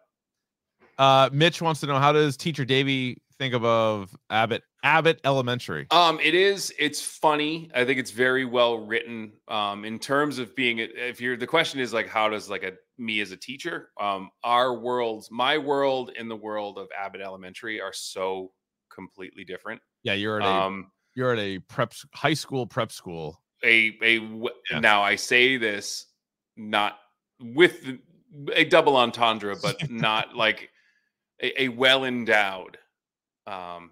Speaker 2: Uh, Mitch wants to know how does teacher Davy think of, of Abbott Abbott Elementary?
Speaker 3: Um, it is. It's funny. I think it's very well written. Um, in terms of being, if you're the question is like, how does like a me as a teacher, um, our worlds, my world and the world of Abbott Elementary are so completely different.
Speaker 2: Yeah, you're at a
Speaker 3: Um,
Speaker 2: you're at a prep s- high school prep school.
Speaker 3: a a w- now I say this not with a double entendre, but not like a, a well endowed um,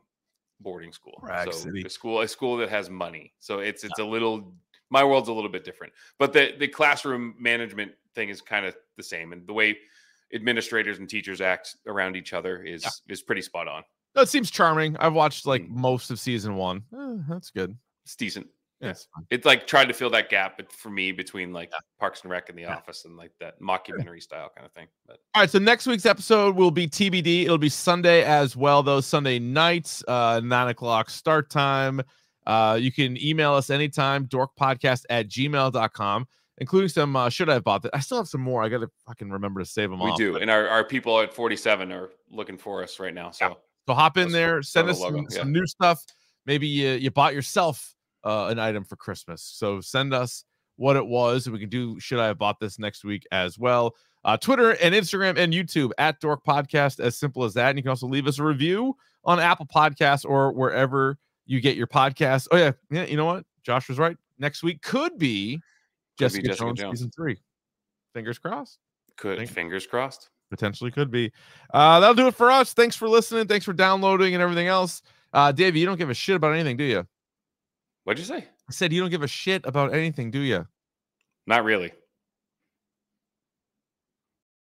Speaker 3: boarding school.
Speaker 2: Rag
Speaker 3: so
Speaker 2: City.
Speaker 3: a school a school that has money. So it's it's a little my world's a little bit different, but the the classroom management thing is kind of the same, and the way administrators and teachers act around each other is is pretty spot on.
Speaker 2: No, it seems charming. I've watched like
Speaker 3: Mm.
Speaker 2: most of season one. Eh, that's good.
Speaker 3: It's decent.
Speaker 2: Yeah, it's fine.
Speaker 3: It's like tried to fill that gap but for me between like Parks and Rec and The Office and like that mockumentary style kind of thing. But
Speaker 2: All right, so next week's episode will be TBD. It'll be Sunday as well, though. Sunday nights, uh, nine o'clock start time. Uh, you can email us anytime, dorkpodcast at gmail.com, including some uh, should I have bought that? I still have some more. I gotta fucking remember to save them
Speaker 3: we
Speaker 2: off,
Speaker 3: do.
Speaker 2: but-
Speaker 3: And our, our people at 47 are looking for us right now. So
Speaker 2: So hop in
Speaker 3: Let's
Speaker 2: there, send
Speaker 3: the
Speaker 2: us some,
Speaker 3: logo,
Speaker 2: some new stuff. Maybe you, you bought yourself uh, an item for Christmas. So send us what it was, and we can do should I have bought this next week as well. Uh, Twitter and Instagram and YouTube at Dork Podcast, as simple as that. And you can also leave us a review on Apple Podcasts or wherever you get your podcasts. Oh yeah, yeah. You know what? Josh was right. Next week could be Jessica,
Speaker 3: Jessica
Speaker 2: Jones,
Speaker 3: Jones.
Speaker 2: season three. Fingers crossed.
Speaker 3: could
Speaker 2: Thank-
Speaker 3: fingers crossed.
Speaker 2: Potentially could be. Uh, that'll do it for us. Thanks for listening. Thanks for downloading and everything else. Uh, Dave, you don't give a shit about anything, do you?
Speaker 3: What'd you say?
Speaker 2: I said you don't give a shit about anything, do you?
Speaker 3: Not really.